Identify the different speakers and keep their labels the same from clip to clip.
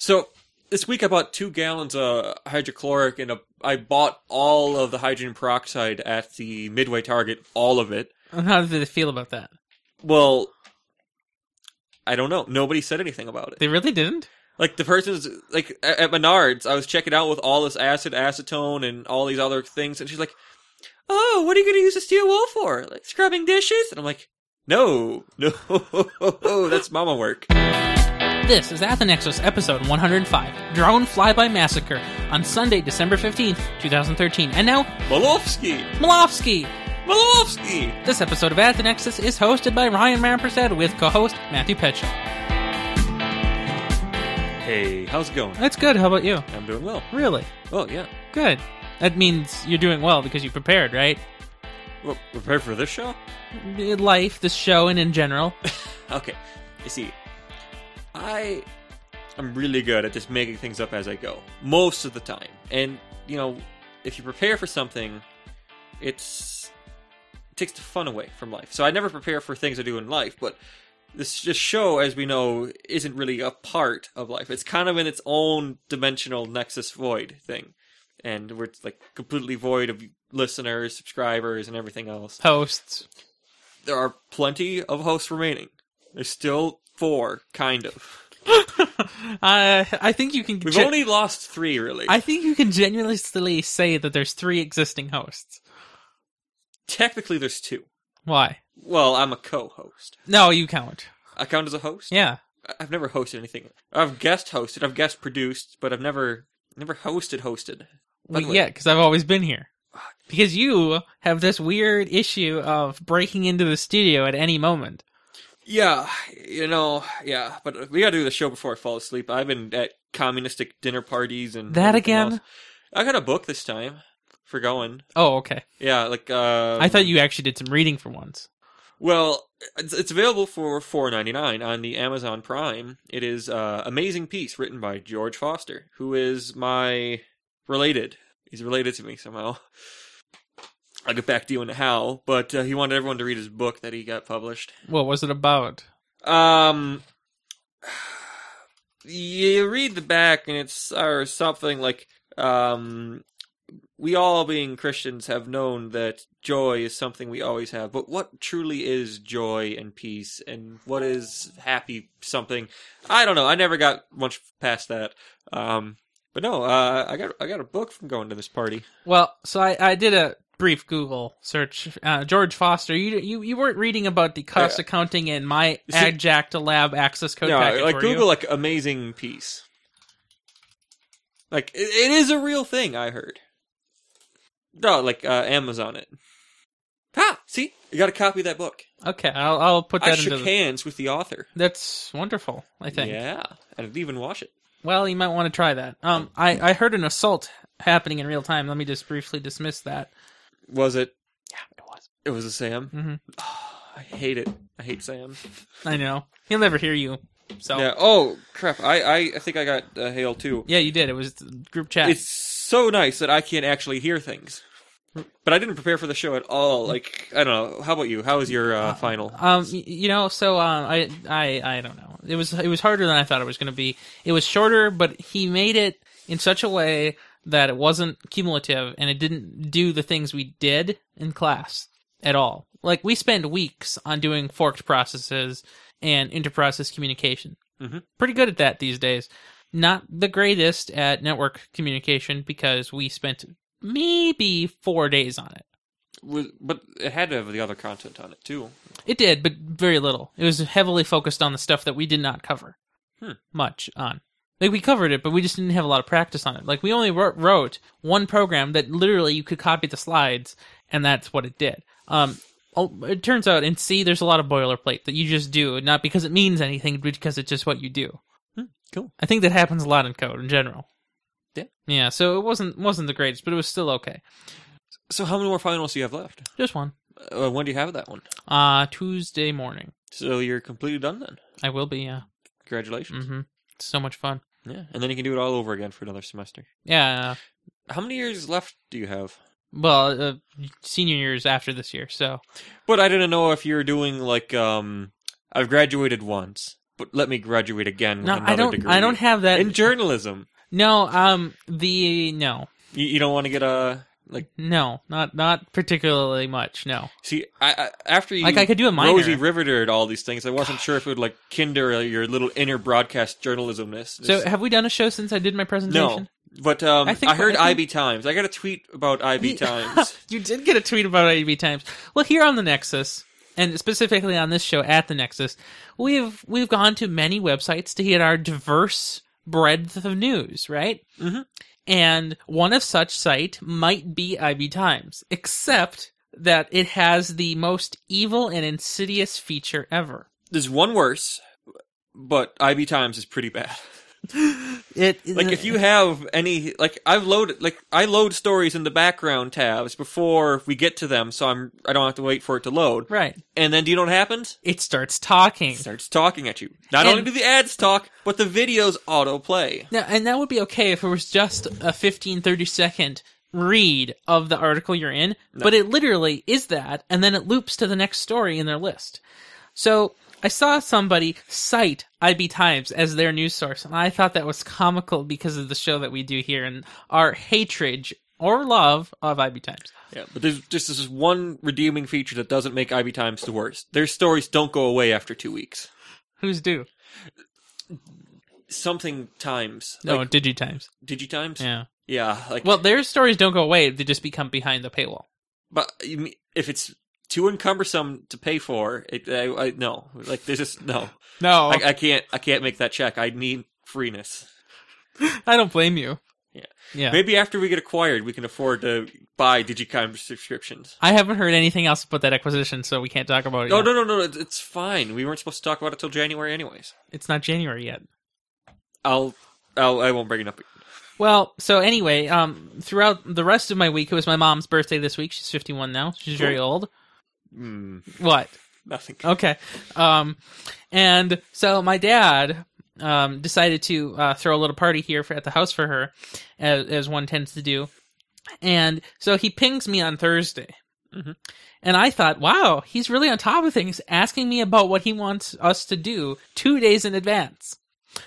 Speaker 1: So this week I bought two gallons of hydrochloric and a, I bought all of the hydrogen peroxide at the Midway Target, all of it.
Speaker 2: How did they feel about that?
Speaker 1: Well, I don't know. Nobody said anything about it.
Speaker 2: They really didn't.
Speaker 1: Like the person's like a- at Menards, I was checking out with all this acid, acetone, and all these other things, and she's like, "Oh, what are you going to use a steel wool for? Like scrubbing dishes?" And I'm like, "No, no, that's mama work."
Speaker 2: This is Athenexos episode 105, Drone Flyby Massacre, on Sunday, December 15th, 2013. And now,
Speaker 1: Malofsky,
Speaker 2: Malofsky!
Speaker 1: Malofsky.
Speaker 2: This episode of Athenexus is hosted by Ryan Rampersad with co-host Matthew Petchel.
Speaker 1: Hey, how's it going?
Speaker 2: That's good, how about you?
Speaker 1: I'm doing well.
Speaker 2: Really?
Speaker 1: Oh yeah.
Speaker 2: Good. That means you're doing well because you prepared, right?
Speaker 1: Well, prepared for this show?
Speaker 2: Life, this show, and in general.
Speaker 1: Okay. You see, I am really good at just making things up as I go, most of the time. And, you know, if you prepare for something, it's it takes the fun away from life. So I never prepare for things I do in life, but this, this show, as we know, isn't really a part of life. It's kind of in its own dimensional nexus void thing. And we're like completely void of listeners, subscribers, and everything else
Speaker 2: Hosts.
Speaker 1: there are plenty of hosts remaining. There's still four, kind of.
Speaker 2: Uh, I think you can.
Speaker 1: We've
Speaker 2: gen-
Speaker 1: only lost three, really.
Speaker 2: I think you can genuinely say that there's three existing hosts.
Speaker 1: Technically, there's two.
Speaker 2: Why?
Speaker 1: Well, I'm a co-host.
Speaker 2: No, you count.
Speaker 1: I count as a host.
Speaker 2: Yeah.
Speaker 1: I- I've never hosted anything. I've guest hosted. I've guest produced, but I've never never hosted hosted. By
Speaker 2: Well,
Speaker 1: the way-
Speaker 2: yeah, because I've always been here. Because you have this weird issue of breaking into the studio at any moment.
Speaker 1: Yeah, you know, yeah. But we got to do the show before I fall asleep. I've been at communistic dinner parties and
Speaker 2: That
Speaker 1: everything
Speaker 2: again?
Speaker 1: else. I got a book this time for going.
Speaker 2: Oh, okay.
Speaker 1: Yeah, like uh,
Speaker 2: I thought you actually did some reading for once.
Speaker 1: Well, it's, it's available for four ninety nine on the Amazon Prime. It is uh, amazing piece written by George Foster, who is my related. He's related to me somehow. I'll get back to you in how, but uh, he wanted everyone to read his book that he got published.
Speaker 2: What was it about?
Speaker 1: Um, you read the back, and it's or something like, um, we all being Christians have known that joy is something we always have, but what truly is joy and peace, and what is happy something? I don't know. I never got much past that. Um, but no, uh, I got I got a book from going to this party.
Speaker 2: Well, so I, I did a brief Google search. Uh, George Foster, you you you weren't reading about the cost accounting in my
Speaker 1: See-
Speaker 2: Adjact Lab access code
Speaker 1: No,
Speaker 2: package,
Speaker 1: like
Speaker 2: were you?
Speaker 1: Google, like amazing peace. Like it, it is a real thing. I heard. No, like uh, Amazon it. Ha! See, you got to copy that book.
Speaker 2: Okay, I'll, I'll put
Speaker 1: I
Speaker 2: that
Speaker 1: shook
Speaker 2: into. The,
Speaker 1: hands with the author.
Speaker 2: that's wonderful. I think.
Speaker 1: Yeah, I didn't even watch it.
Speaker 2: Well, you might want to try that. Um, I I heard an assault happening in real time. Let me just briefly dismiss that.
Speaker 1: Was it?
Speaker 2: Yeah, it was.
Speaker 1: It was a Sam.
Speaker 2: hmm
Speaker 1: I hate it. I hate Sam.
Speaker 2: I know he'll never hear you. So yeah,
Speaker 1: Yeah. Oh crap! I I, I think I got uh, hail too.
Speaker 2: you did. It was group chat.
Speaker 1: It's so nice that I can't actually hear things. But I didn't prepare for the show at all. Like I don't know. How about you? How was your uh, final?
Speaker 2: Um, y- you know, so um, I, I, I don't know. It was, it was harder than I thought it was going to be. It was shorter, but he made it in such a way that it wasn't cumulative, and it didn't do the things we did in class at all. Like we spend weeks on doing forked processes and interprocess communication.
Speaker 1: Mhm.
Speaker 2: Pretty good at that these days. Not the greatest at network communication because we spent maybe four days on it.
Speaker 1: was, but it had to have the other content on it too.
Speaker 2: It did, but very little. It was heavily focused on the stuff that we did not cover
Speaker 1: Hmm.
Speaker 2: much on. Like we covered it, but we just didn't have a lot of practice on it. Like we only wrote, wrote one program that literally you could copy the slides, and that's what it did. Um, oh, it turns out in C there's a lot of boilerplate that you just do, not because it means anything, but because it's just what you do.
Speaker 1: Hmm, cool.
Speaker 2: I think that happens a lot in code in general.
Speaker 1: Yeah.
Speaker 2: Yeah. So it wasn't wasn't the greatest, but it was still okay.
Speaker 1: So how many more finals do you have left?
Speaker 2: Just one.
Speaker 1: Uh, when do you have that one?
Speaker 2: Uh Tuesday morning.
Speaker 1: So you're completely done then.
Speaker 2: I will be. Yeah.
Speaker 1: Congratulations.
Speaker 2: Mm-hmm. So much fun.
Speaker 1: Yeah, and then you can do it all over again for another semester.
Speaker 2: Yeah.
Speaker 1: How many years left do you have?
Speaker 2: Well, uh, senior year is after this year, so
Speaker 1: But I didn't know if you were doing like um, I've graduated once, but let me graduate again with
Speaker 2: No,
Speaker 1: another
Speaker 2: I don't.
Speaker 1: degree.
Speaker 2: I don't have that.
Speaker 1: in journalism.
Speaker 2: no, um, the no,
Speaker 1: You, you don't want to get a like.
Speaker 2: no, not not particularly much. No,
Speaker 1: See, I, I after you
Speaker 2: like I could do a minor.
Speaker 1: Rosie riveted all these things. I wasn't sure if it would like kinder your little inner broadcast journalismness.
Speaker 2: so have we done a show since I did my
Speaker 1: no,
Speaker 2: presentation?
Speaker 1: but um,
Speaker 2: I
Speaker 1: I,
Speaker 2: think-
Speaker 1: heard
Speaker 2: I think-
Speaker 1: IB Times. I got a tweet about IB Times.
Speaker 2: you did get a tweet about IB Times. Well, here on the Nexus, and specifically on this show at the Nexus, we've we've gone to many websites to get our diverse breadth of news, right?
Speaker 1: Mhm.
Speaker 2: And one of such site might be IB Times, except that it has the most evil and insidious feature ever.
Speaker 1: There's one worse, but IB Times is pretty bad.
Speaker 2: It
Speaker 1: Like if you have any, like I've loaded, like I load stories in the background tabs before we get to them, so I'm I don't have to wait for it to load.
Speaker 2: right,
Speaker 1: And then do you know what happens?
Speaker 2: it starts talking.
Speaker 1: It starts talking at you. Not
Speaker 2: And-
Speaker 1: only do the ads talk, but the videos autoplay.
Speaker 2: Now, and that would be okay if it was just a 15, 30 second read of the article you're in, but it literally is that, and then it loops to the next story in their list. So I saw somebody cite IB Times as their news source, and I thought that was comical because of the show that we do here and our hatred or love of IB Times.
Speaker 1: Yeah, but there's just this one redeeming feature that doesn't make Ivy Times the worst. Their stories don't go away after two weeks.
Speaker 2: Who's due?
Speaker 1: Something times.
Speaker 2: No,
Speaker 1: Like,
Speaker 2: Oh, Digi Times.
Speaker 1: did you times?
Speaker 2: Yeah.
Speaker 1: Yeah, like,
Speaker 2: Well, their stories don't go away; they just become behind the paywall.
Speaker 1: but you mean- if it's too encumbersome to pay for, it, I, I, no. Like, there's just, no.
Speaker 2: No,
Speaker 1: I, I can't, I can't make that check. I need freeness.
Speaker 2: I don't blame you.
Speaker 1: Yeah.
Speaker 2: Yeah.
Speaker 1: Maybe after we get acquired, we can afford to buy DigiCom subscriptions.
Speaker 2: I haven't heard anything else about that acquisition, so we can't talk about it.
Speaker 1: No,
Speaker 2: yet.
Speaker 1: no, no, no, it's- it's fine. We weren't supposed to talk about it till January anyways.
Speaker 2: It's not January yet.
Speaker 1: I'll, I'll I won't bring it up.
Speaker 2: Well, so anyway, um, throughout the rest of my week, it was my mom's birthday this week. She's 51 now. She's very
Speaker 1: Cool.
Speaker 2: old.
Speaker 1: Mm,
Speaker 2: What?
Speaker 1: nothing.
Speaker 2: Okay. Um, and so my dad um, decided to uh, throw a little party here for, at the house for her, as, as one tends to do. And so he pings me on Thursday.
Speaker 1: Mhm.
Speaker 2: And I thought, wow, he's really on top of things, asking me about what he wants us to do two days in advance.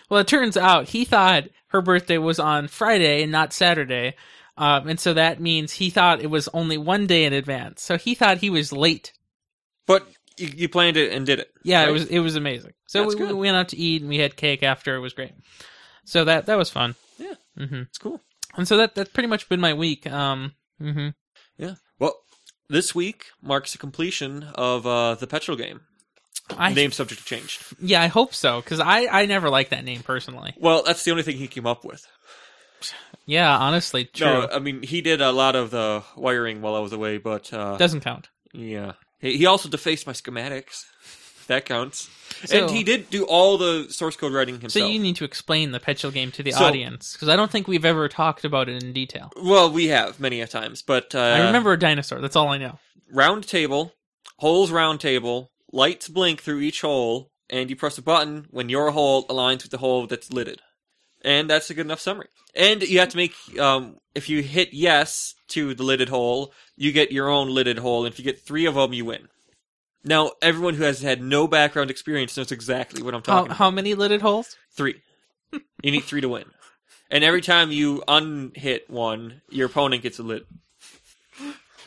Speaker 2: Well, it turns out he thought her birthday was on Friday and not Saturday. Um, and so that means he thought it was only one day in advance. So he thought he was late
Speaker 1: But you, you planned it and did it.
Speaker 2: yeah, it
Speaker 1: right?
Speaker 2: was it was amazing. So
Speaker 1: That's
Speaker 2: we, we
Speaker 1: good.
Speaker 2: went out to eat and we had cake after. It was great. So that that was fun.
Speaker 1: Yeah.
Speaker 2: hmm
Speaker 1: It's cool.
Speaker 2: And so that that's pretty much been my week. Um. hmm
Speaker 1: Yeah. Well, this week marks the completion of uh, the petrol game.
Speaker 2: I
Speaker 1: Name subject changed.
Speaker 2: yeah, I hope so because I I never liked that name personally.
Speaker 1: Well, that's the only thing he came up with.
Speaker 2: Yeah, honestly, true.
Speaker 1: No, uh, I mean he did a lot of the wiring while I was away, but uh,
Speaker 2: Doesn't count.
Speaker 1: yeah, he, he also defaced my schematics. If That counts.
Speaker 2: So-
Speaker 1: and he did do all the source code writing
Speaker 2: So
Speaker 1: himself.
Speaker 2: you need to explain the Petrol game to the
Speaker 1: So-
Speaker 2: audience because I don't think we've ever talked about it in detail.
Speaker 1: well, we have many a times, but uh,
Speaker 2: I remember a dinosaur. That's all I know.
Speaker 1: round table, holes round table, lights blink through each hole, and you press a button when your hole aligns with the hole that's lidded. And that's a good enough summary. And you have to make, um, if you hit yes to the lidded hole, you get your own lidded hole. And if you get three of them, you win. Now, everyone who has had no background experience knows exactly what I'm
Speaker 2: How,
Speaker 1: talking about.
Speaker 2: how many lidded holes?
Speaker 1: Three. You need three to win. And every time you unhit one, your opponent gets a lid.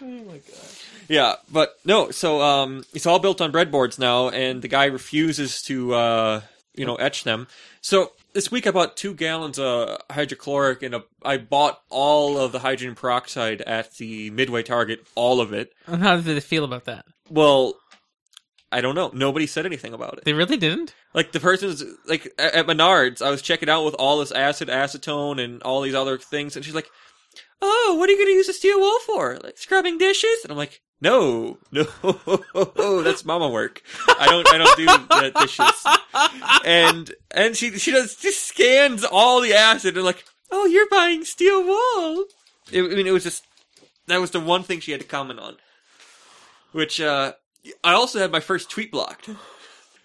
Speaker 2: Oh my god.
Speaker 1: Yeah, but no. So um, it's all built on breadboards now, and the guy refuses to uh, you know etch them. So this week I bought two gallons of hydrochloric, and a, I bought all of the hydrogen peroxide at the Midway Target, all of it.
Speaker 2: How did they feel about that?
Speaker 1: Well, I don't know. Nobody said anything about it.
Speaker 2: They really didn't.
Speaker 1: Like the person's like a- at Menards, I was checking out with all this acid, acetone, and all these other things, and she's like. Oh, what are you going to use a steel wool for? Like scrubbing dishes? And I'm like, no, no, that's mama work. I don't, I don't do the dishes. And and she she does just scans all the acid and like, oh, you're buying steel wool. It, I mean, it was just that was the one thing she had to comment on. Which uh, I also had my first tweet blocked.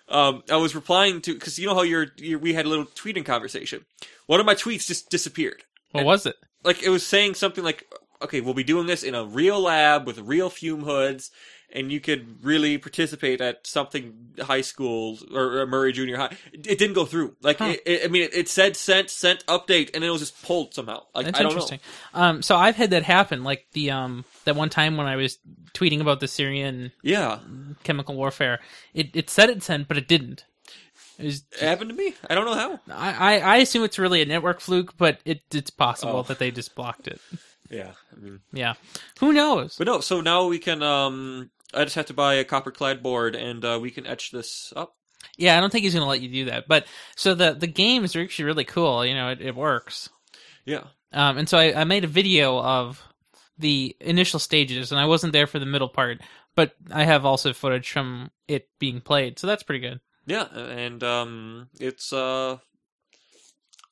Speaker 1: Um, I was replying to because you know how you're, you we had a little tweeting conversation. One of my tweets just disappeared
Speaker 2: What was it?
Speaker 1: like it was saying something like okay we'll be doing this in a real lab with real fume hoods and you could really participate at something high school or, or Murray Junior High. It, it didn't go through. Like
Speaker 2: Huh.
Speaker 1: it, it, I mean, it, it said sent sent update, and it was just pulled somehow. Like
Speaker 2: That's
Speaker 1: I don't
Speaker 2: interesting. Um, so I've had that happen, like the um that one time when I was tweeting about the Syrian
Speaker 1: know. Yeah,
Speaker 2: chemical warfare. It it said it sent, but it didn't. It was,
Speaker 1: it happened to me. I don't know how.
Speaker 2: I, I I assume it's really a network fluke, but it it's possible
Speaker 1: Oh.
Speaker 2: that they just blocked it.
Speaker 1: Yeah, I mean,
Speaker 2: Yeah, who knows?
Speaker 1: but no. So now we can. um I just have to buy a copper clad board, and uh, we can etch this up.
Speaker 2: Yeah, I don't think he's going to let you do that. But so the the game is actually really cool. You know, it, it works.
Speaker 1: Yeah.
Speaker 2: Um, and so I, I made a video of the initial stages, and I wasn't there for the middle part, but I have also footage from it being played, so that's pretty good.
Speaker 1: Yeah, and um, it's uh,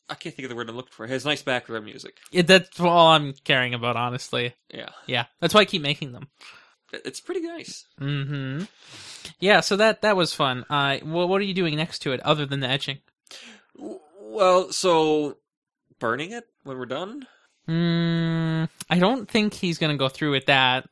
Speaker 1: I can't think of the word I'm looking for. It has nice background music.
Speaker 2: It, that's all I'm caring about, honestly.
Speaker 1: Yeah,
Speaker 2: Yeah, that's why I keep making them.
Speaker 1: It- it's pretty nice.
Speaker 2: hmm Yeah, so that that was fun. Uh, what what are you doing next to it other than the etching?
Speaker 1: W- Well, so burning it when we're done.
Speaker 2: Mm, I don't think he's going to go through with that.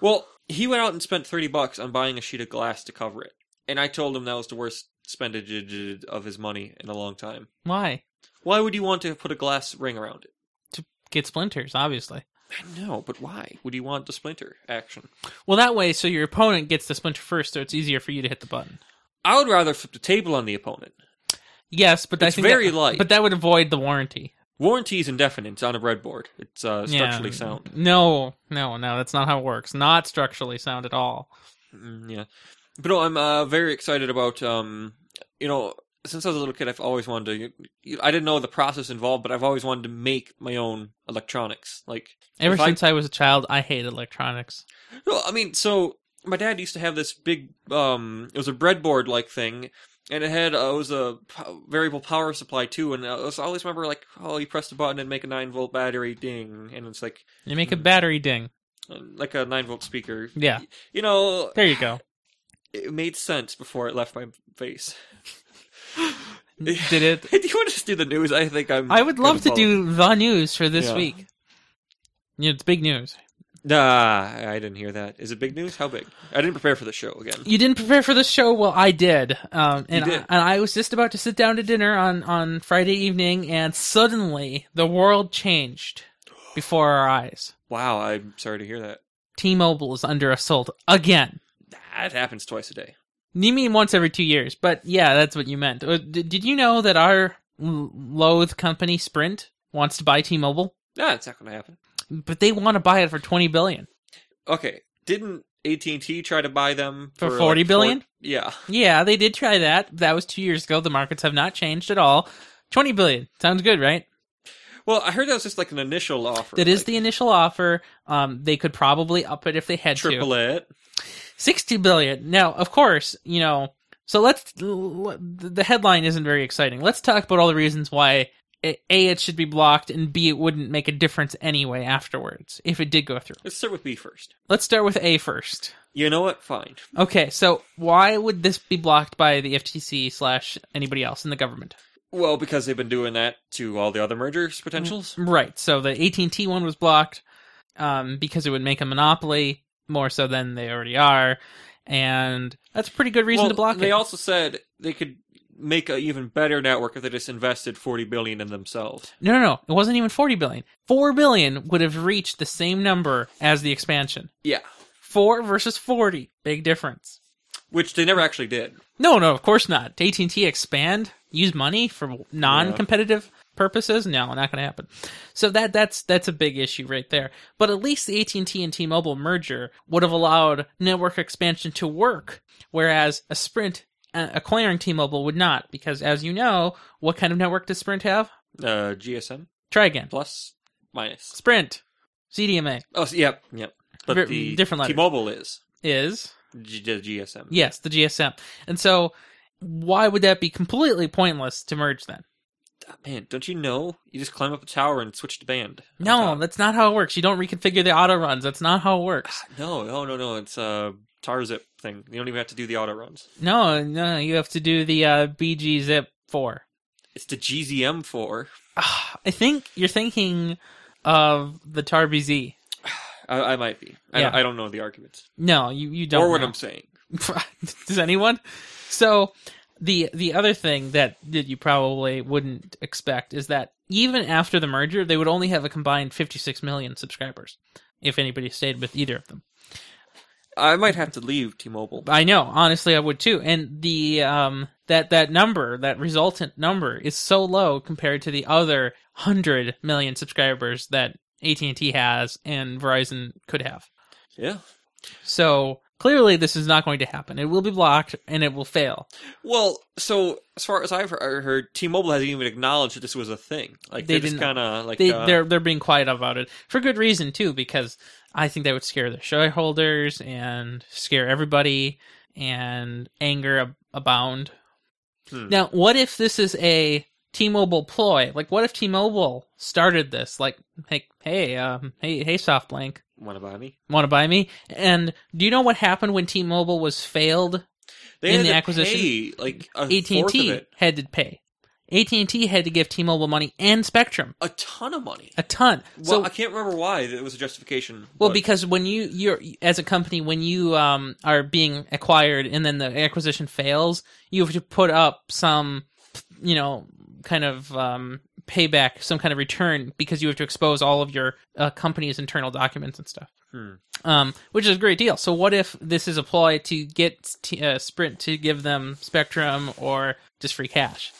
Speaker 1: Well, he went out and spent thirty bucks on buying a sheet of glass to cover it, and I told him that was the worst spendage of his money in a long time.
Speaker 2: Why?
Speaker 1: Why would you want to put a glass ring around it?
Speaker 2: Get splinters, obviously.
Speaker 1: I know, but why would you want the splinter action?
Speaker 2: Well, that way, so your opponent gets the splinter first, so it's easier for you to hit the button.
Speaker 1: I would rather flip the table on the opponent.
Speaker 2: Yes, but I
Speaker 1: It's
Speaker 2: think
Speaker 1: very
Speaker 2: that,
Speaker 1: light.
Speaker 2: But that would avoid the warranty.
Speaker 1: Warranty is indefinite. It's on a breadboard. It's uh, structurally
Speaker 2: yeah.
Speaker 1: sound.
Speaker 2: No, no, no. That's not how it works. Not structurally sound at all.
Speaker 1: Mm, yeah, but no, I'm uh, very excited about. Um, you know, since I was a little kid, I've always wanted to. you- I didn't know the process involved, but I've always wanted to make my own electronics. Like,
Speaker 2: Ever
Speaker 1: If I-
Speaker 2: since I, was a child, I hate electronics.
Speaker 1: no, I mean, so my dad used to have this big. Um, it was a breadboard like thing. And it had uh, it was a po- variable power supply too, and I was- I always remember like, oh, you press the button and make a nine volt battery ding, and it's like
Speaker 2: You make a
Speaker 1: Mm.
Speaker 2: battery ding.
Speaker 1: like a nine volt speaker.
Speaker 2: Yeah,
Speaker 1: You know,
Speaker 2: there you go.
Speaker 1: it made sense before it left my face.
Speaker 2: Did it?
Speaker 1: do you want to just do the news? I think I'm.
Speaker 2: I would love to
Speaker 1: gonna
Speaker 2: do the news for this
Speaker 1: Yeah.
Speaker 2: week. Yeah, it's big news.
Speaker 1: follow- Nah, I didn't hear that. Is it big news? How big? I didn't prepare for the show again.
Speaker 2: You didn't prepare for the show. Well, I did. Um, and,
Speaker 1: did.
Speaker 2: I, and I was just about to sit down to dinner on, on Friday evening, and suddenly the world changed before our eyes.
Speaker 1: Wow, I'm sorry to hear that.
Speaker 2: T Mobile is under assault again.
Speaker 1: That happens twice a day.
Speaker 2: You mean once every two years, but yeah, that's what you meant. Uh, Did, did you know that our l- loathe company, Sprint, wants to buy T Mobile?
Speaker 1: Nah, it's not going to happen.
Speaker 2: But they want to buy it for $20 billion.
Speaker 1: Okay, didn't AT and T try to buy them
Speaker 2: For
Speaker 1: like,
Speaker 2: 40
Speaker 1: four-
Speaker 2: billion?
Speaker 1: yeah,
Speaker 2: Yeah, they did try that. That was two years ago. The markets have not changed at all. 20 billion. Sounds good, right?
Speaker 1: well, I heard that was just like an initial offer.
Speaker 2: That is the initial offer. Um, they could probably up it if they had
Speaker 1: triple
Speaker 2: to.
Speaker 1: it.
Speaker 2: Sixty billion. Now, of course, you know. So let's. l- l- The headline isn't very exciting. Let's talk about all the reasons why a A, it should be blocked and b it wouldn't make a difference anyway afterwards if it did go through.
Speaker 1: Let's start with B first.
Speaker 2: Let's start with a first.
Speaker 1: You know what? Fine.
Speaker 2: Okay, so why would this be blocked by the FTC slash anybody else in the government?
Speaker 1: Well, because they've been doing that to all the other mergers
Speaker 2: Mm-hmm.
Speaker 1: potentials.
Speaker 2: Right. So the AT and T one was blocked um, because it would make a monopoly more so than they already are, and that's a pretty good reason
Speaker 1: Well,
Speaker 2: to block
Speaker 1: they
Speaker 2: it.
Speaker 1: also said they could make an even better network if they just invested 40 billion in themselves.
Speaker 2: no, no, no. It wasn't even forty billion. Four billion would have reached the same number as the expansion.
Speaker 1: Yeah,
Speaker 2: Four versus forty, big difference.
Speaker 1: which they never actually did.
Speaker 2: No, no, of course not. AT and T expand, use money for non-competitive purposes. No, not going to happen. So that that's that's a big issue right there. But at least the AT and T and T-Mobile merger would have allowed network expansion to work, whereas a Sprint uh, acquiring T-Mobile would not, because as you know, what kind of network does Sprint have?
Speaker 1: Uh, GSM
Speaker 2: Try again.
Speaker 1: plus minus.
Speaker 2: Sprint CDMA
Speaker 1: Oh, so, yep, yep. But
Speaker 2: Ver-
Speaker 1: the
Speaker 2: different letters.
Speaker 1: T-Mobile is
Speaker 2: is
Speaker 1: G- the GSM.
Speaker 2: yes the GSM, and so why would that be completely pointless to merge then?
Speaker 1: Ah, Man, don't you know? You just climb up a tower and switch to band. on
Speaker 2: No,
Speaker 1: top.
Speaker 2: that's not how it works. You don't reconfigure the auto runs. That's not how it works.
Speaker 1: no, no, no, no. It's a tar zip thing. You don't even have to do the auto runs.
Speaker 2: No, no, you have to do the uh, BG zip four.
Speaker 1: It's the GZM four.
Speaker 2: Ah, I think you're thinking of the tar BZ.
Speaker 1: I I, I might be. I,
Speaker 2: Yeah.
Speaker 1: I don't know the arguments
Speaker 2: No, you you don't.
Speaker 1: or what
Speaker 2: know.
Speaker 1: I'm saying.
Speaker 2: Does anyone? So the the other thing that that you probably wouldn't expect is that even after the merger, they would only have a combined 56 million subscribers if anybody stayed with either of them.
Speaker 1: I might have to leave T-Mobile.
Speaker 2: I know, honestly, I would too. And the um that that number, that resultant number, is so low compared to the other hundred million subscribers that AT and T has and Verizon could have.
Speaker 1: Yeah.
Speaker 2: So clearly, this is not going to happen. It will be blocked and it will fail.
Speaker 1: Well, so as far as I've he- heard, T-Mobile hasn't even acknowledged that this was a thing. Like
Speaker 2: They
Speaker 1: they are just
Speaker 2: didn't-
Speaker 1: kind of like
Speaker 2: they
Speaker 1: uh,
Speaker 2: they're they're being quiet about it for good reason too because I think that would scare their shareholders and scare everybody and anger ab- abound.
Speaker 1: hmm.
Speaker 2: Now, what if this is a T-Mobile ploy? Like, what if T-Mobile started this? Like, hey, hey, um, hey, hey, SoftBank,
Speaker 1: wanna buy me?
Speaker 2: want to buy me? And do you know what happened when T-Mobile was failed?
Speaker 1: They
Speaker 2: In
Speaker 1: had
Speaker 2: the
Speaker 1: to
Speaker 2: acquisition,
Speaker 1: pay, like a fourth of
Speaker 2: AT&T
Speaker 1: it,
Speaker 2: had to pay. AT&T had to give T-Mobile money and Spectrum,
Speaker 1: a ton of money.
Speaker 2: a ton.
Speaker 1: Well,
Speaker 2: so
Speaker 1: I can't remember why it was a justification.
Speaker 2: Well,
Speaker 1: but-
Speaker 2: because when you you're as a company, when you um are being acquired and then the acquisition fails, you have to put up some, you know, kind of um payback, some kind of return because you have to expose all of your uh, company's internal documents and stuff.
Speaker 1: Hmm.
Speaker 2: Um, which is a great deal. So, what if this is a ploy to get t- uh, Sprint to give them Spectrum or just free cash?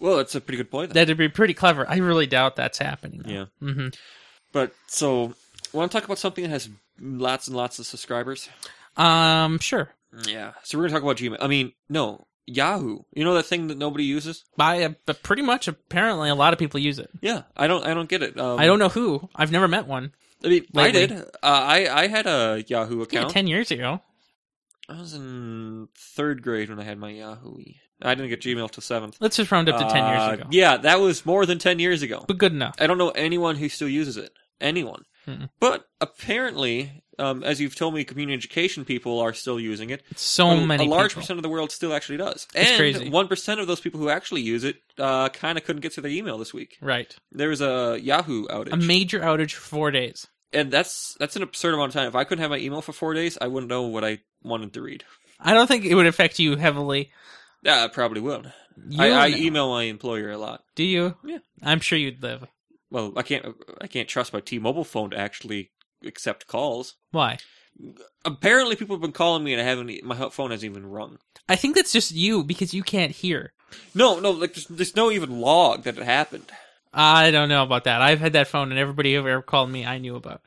Speaker 1: well, that's a pretty good point.
Speaker 2: That'd be pretty clever. I really doubt that's happening.
Speaker 1: yeah,
Speaker 2: Mm-hmm.
Speaker 1: but so want to talk about something that has lots and lots of subscribers?
Speaker 2: Um, sure.
Speaker 1: Mm, Yeah. So we're gonna talk about Gmail. I mean, no, Yahoo. You know that thing that nobody uses?
Speaker 2: I, but pretty much, apparently, a lot of people use it.
Speaker 1: Yeah, I don't. I don't get it. Um,
Speaker 2: I don't know who. I've never met one.
Speaker 1: I mean, I
Speaker 2: lately.
Speaker 1: did. Uh, I I had a Yahoo
Speaker 2: Yeah,
Speaker 1: account.
Speaker 2: ten years ago.
Speaker 1: I was in third grade when I had my Yahoo. I didn't get Gmail till seventh.
Speaker 2: Let's just round up to ten
Speaker 1: Uh,
Speaker 2: years ago.
Speaker 1: Yeah, that was more than ten years ago.
Speaker 2: But good enough.
Speaker 1: I don't know anyone who still uses it. Anyone.
Speaker 2: Mm-mm.
Speaker 1: But apparently, um, as you've told me, community education people are still using it.
Speaker 2: So
Speaker 1: Um, a,
Speaker 2: many.
Speaker 1: a large
Speaker 2: people.
Speaker 1: percent of the world still actually does.
Speaker 2: It's crazy.
Speaker 1: and one percent of those people who actually use it uh, kind of couldn't get to their email this week.
Speaker 2: Right.
Speaker 1: There was a Yahoo outage,
Speaker 2: A major outage for four days.
Speaker 1: and that's that's an absurd amount of time. If I couldn't have my email for four days, I wouldn't know what I wanted to read.
Speaker 2: I don't think it would affect you heavily.
Speaker 1: Yeah, I probably would.
Speaker 2: You
Speaker 1: I, I
Speaker 2: know.
Speaker 1: email my employer a lot.
Speaker 2: Do you?
Speaker 1: Yeah.
Speaker 2: I'm sure you'd live.
Speaker 1: Well, I can't I can't trust my T-Mobile phone to actually accept calls.
Speaker 2: Why?
Speaker 1: Apparently, people have been calling me, and I haven't. e, My phone hasn't even rung.
Speaker 2: I think that's just you because you can't hear.
Speaker 1: No, no, like there's, there's no even log that it happened.
Speaker 2: I don't know about that. I've had that phone, and everybody who ever called me, I knew about.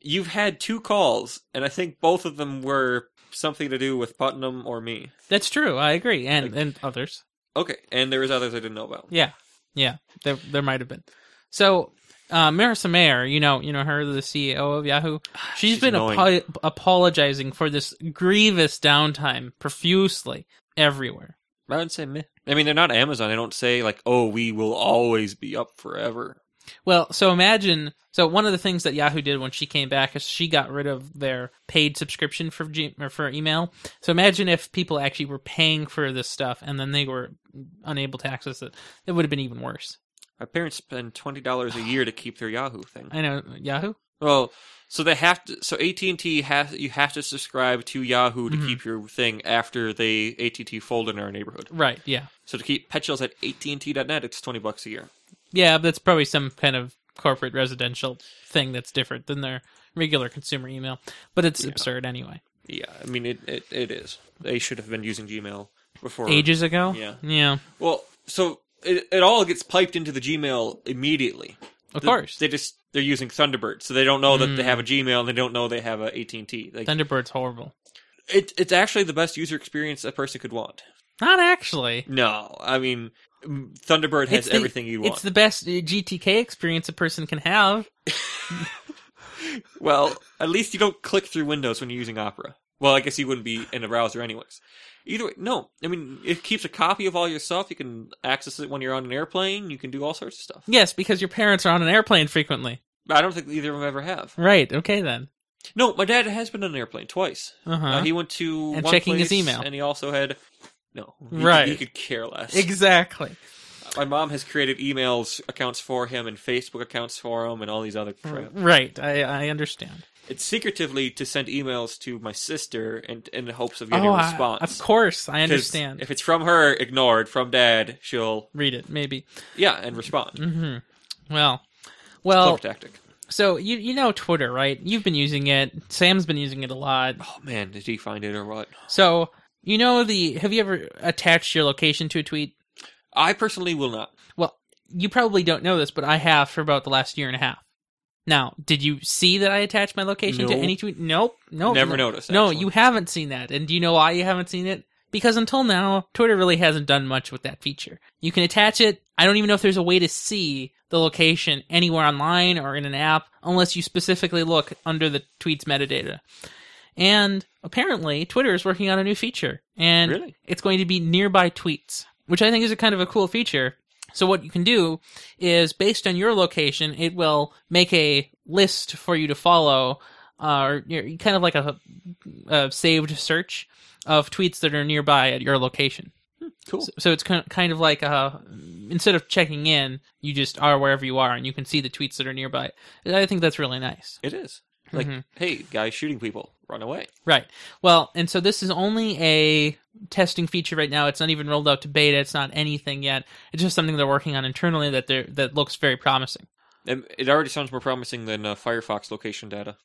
Speaker 1: You've had two calls, and I think both of them were something to do with Putnam or me.
Speaker 2: That's true. I agree, and and others.
Speaker 1: Okay, and there was others I didn't know about.
Speaker 2: Yeah, yeah. There, there might have been. So, uh, Marissa Mayer, you know, you know her, the CEO of Yahoo. she's
Speaker 1: She's
Speaker 2: been
Speaker 1: annoying.
Speaker 2: apo- apologizing for this grievous downtime profusely everywhere.
Speaker 1: I would say meh. I mean, they're not Amazon. They don't say like, "Oh, we will always be up forever."
Speaker 2: Well, so imagine. So one of the things that Yahoo did when she came back is she got rid of their paid subscription for G- or for email. So imagine if people actually were paying for this stuff and then they were unable to access it. It would have been even worse.
Speaker 1: My parents spend twenty dollars a year to keep their Yahoo thing.
Speaker 2: I know Yahoo.
Speaker 1: Well, so they have to. So AT and T has you have to subscribe to Yahoo to
Speaker 2: Mhm.
Speaker 1: keep your thing after they AT and T fold in our neighborhood.
Speaker 2: Right? Yeah.
Speaker 1: So to keep pet shells at AT and T.net, it's twenty bucks a year.
Speaker 2: Yeah, but that's probably some kind of corporate residential thing that's different than their regular consumer email. But it's absurd anyway.
Speaker 1: Yeah, I mean it. It, it is. They should have been using Gmail before.
Speaker 2: Ages ago?
Speaker 1: Yeah.
Speaker 2: Yeah.
Speaker 1: Well, so it, it all gets piped into the Gmail immediately.
Speaker 2: Of
Speaker 1: The-
Speaker 2: course. Hmm.
Speaker 1: They just they're using Thunderbird, so they don't know that they have a Gmail and they don't know they have a AT and T. Like
Speaker 2: Thunderbird's horrible.
Speaker 1: it, it's actually the best user experience a person could want.
Speaker 2: Not actually.
Speaker 1: No, I mean m- Thunderbird has
Speaker 2: It's the-
Speaker 1: everything you want.
Speaker 2: It's the best uh, GTK experience a person can have.
Speaker 1: Well, at least you don't click through windows when you're using Opera. Well, I guess you wouldn't be in a browser anyways. Either way, no. I mean, it keeps a copy of all your stuff. You can access it when you're on an airplane. You can do all sorts of stuff.
Speaker 2: Yes, because your parents are on an airplane frequently.
Speaker 1: I don't think either of them ever have.
Speaker 2: Right. Okay then.
Speaker 1: No, my dad has been on an airplane twice.
Speaker 2: Uh-huh.
Speaker 1: Uh, he went to
Speaker 2: And
Speaker 1: one
Speaker 2: checking his
Speaker 1: place,
Speaker 2: email.
Speaker 1: and he also had no. He,
Speaker 2: Right.
Speaker 1: he could care less.
Speaker 2: exactly.
Speaker 1: my mom has created emails accounts for him and Facebook accounts for him and all these other crap.
Speaker 2: Right. I, I understand.
Speaker 1: It's secretively to send emails to my sister and in the hopes of getting a
Speaker 2: Oh, I-
Speaker 1: response.
Speaker 2: of course. I
Speaker 1: 'Cause
Speaker 2: understand.
Speaker 1: If it's from her, ignored. From dad, she'll
Speaker 2: Read it, maybe. Mm-hmm.
Speaker 1: yeah and respond.
Speaker 2: Well, well.
Speaker 1: Clever tactic.
Speaker 2: So you you know Twitter, right? You've been using it. Sam's been using it a lot.
Speaker 1: Oh man, did he find it or what?
Speaker 2: So you know the. Have you ever attached your location to a tweet?
Speaker 1: I personally will not.
Speaker 2: Well, you probably don't know this, but I have for about the last year and a half. Now, did you see that I attached my location to
Speaker 1: No.
Speaker 2: any tweet? Nope. Nope.
Speaker 1: Never
Speaker 2: Oh, no.
Speaker 1: noticed,
Speaker 2: No,
Speaker 1: actually.
Speaker 2: you haven't seen that. And do you know why you haven't seen it? Because until now, Twitter really hasn't done much with that feature. You can attach it. I don't even know if there's a way to see the location anywhere online or in an app unless you specifically look under the tweet's metadata. And apparently, Twitter is working on a new feature, and
Speaker 1: Really?
Speaker 2: it's going to be nearby tweets, which I think is a kind of a cool feature. So what you can do is, based on your location, it will make a list for you to follow, uh, or you know, kind of like a, a saved search of tweets that are nearby at your location.
Speaker 1: Cool.
Speaker 2: So, so it's kind of, kind of like uh, instead of checking in, you just are wherever you are, and you can see the tweets that are nearby. I think that's really nice.
Speaker 1: It is. Like,
Speaker 2: Mhm.
Speaker 1: hey, guy shooting people, run away.
Speaker 2: Right. Well, and so this is only a testing feature right now. It's not even rolled out to beta. It's not anything yet. It's just something they're working on internally that they are that looks very promising.
Speaker 1: And it already sounds more promising than uh, Firefox location data.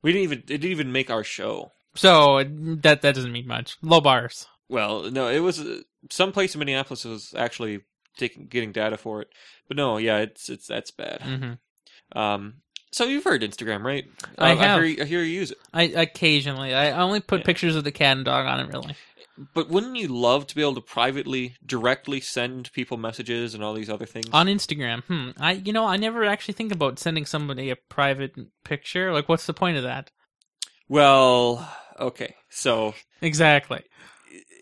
Speaker 1: We didn't even it didn't even make our show.
Speaker 2: So that that doesn't mean much. Low bars.
Speaker 1: Well, no, it was uh, someplace in Minneapolis was actually taking getting data for it. But no, yeah, it's it's that's bad.
Speaker 2: hmm
Speaker 1: Um, so you've heard Instagram, right?
Speaker 2: I
Speaker 1: Um,
Speaker 2: have.
Speaker 1: I hear, you- I hear you use it.
Speaker 2: I occasionally I only put
Speaker 1: Yeah.
Speaker 2: pictures of the cat and dog on it. Really.
Speaker 1: But wouldn't you love to be able to privately, directly send people messages and all these other things?
Speaker 2: On Instagram, hmm. I you know I never actually think about sending somebody a private picture. Like, what's the point of that?
Speaker 1: well, okay, so
Speaker 2: Exactly.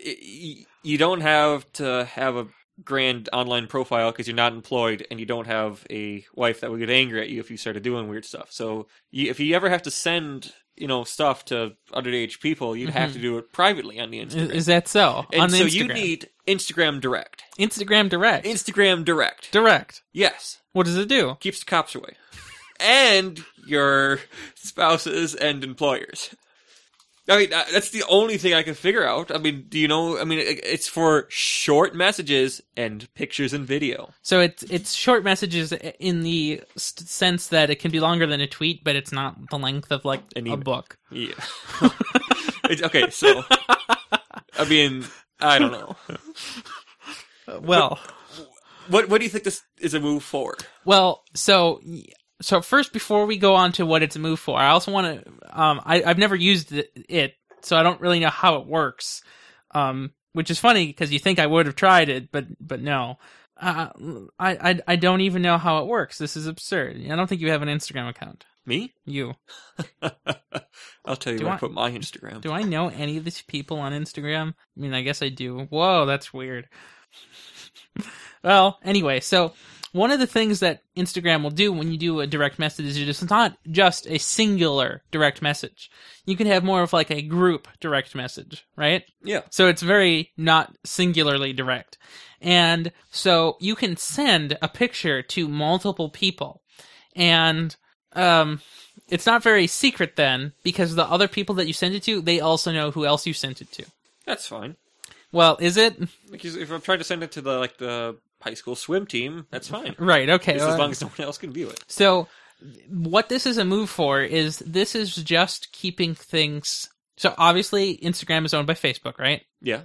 Speaker 1: y- you don't have to have a grand online profile because you're not employed and you don't have a wife that would get angry at you if you started doing weird stuff. So you, if you ever have to send, you know, stuff to underage people, you'd have to do it privately on the
Speaker 2: Mm-hmm. Is,
Speaker 1: Instagram.
Speaker 2: is that so?
Speaker 1: and
Speaker 2: on
Speaker 1: so
Speaker 2: Instagram,
Speaker 1: you need Instagram Direct.
Speaker 2: Instagram direct.
Speaker 1: Instagram Direct.
Speaker 2: direct.
Speaker 1: yes,
Speaker 2: What does it do?
Speaker 1: keeps the cops away. and your spouses and employers. I mean, uh, that's the only thing I can figure out. I mean, do you know? I mean, it- it's for short messages and pictures and video.
Speaker 2: So it's it's short messages in the st- sense that it can be longer than a tweet, but it's not the length of like
Speaker 1: An
Speaker 2: a
Speaker 1: email.
Speaker 2: book.
Speaker 1: Yeah. it's, okay, so I mean, I don't know. Uh,
Speaker 2: Well,
Speaker 1: What What do you think this is a move for?
Speaker 2: well, so so first before we go on to what it's a move for, I also want to um I I've never used it, it, so I don't really know how it works. Um which is funny because you think I would have tried it, but but no. Uh, I, I I don't even know how it works. This is absurd. I don't think you have an Instagram account.
Speaker 1: Me?
Speaker 2: You
Speaker 1: I'll tell you
Speaker 2: Do
Speaker 1: where
Speaker 2: I-
Speaker 1: I put my Instagram.
Speaker 2: Do I know any of these people on Instagram? I mean, I guess I do. Whoa, that's weird. well, anyway, so one of the things that Instagram will do when you do a direct message is it's not just a singular direct message. You can have more of like a group direct message, right?
Speaker 1: yeah.
Speaker 2: So it's very not singularly direct. And so you can send a picture to multiple people. And um it's not very secret then because the other people that you send it to, they also know who else you sent it to.
Speaker 1: That's fine.
Speaker 2: Well, is it?
Speaker 1: Because if I'm trying to send it to the like the high school swim team, that's fine.
Speaker 2: Right, okay.
Speaker 1: Just
Speaker 2: well-
Speaker 1: as long as no one else can view it.
Speaker 2: So, what this is a move for is this is just keeping things. So, obviously, Instagram is owned by Facebook, right?
Speaker 1: Yeah.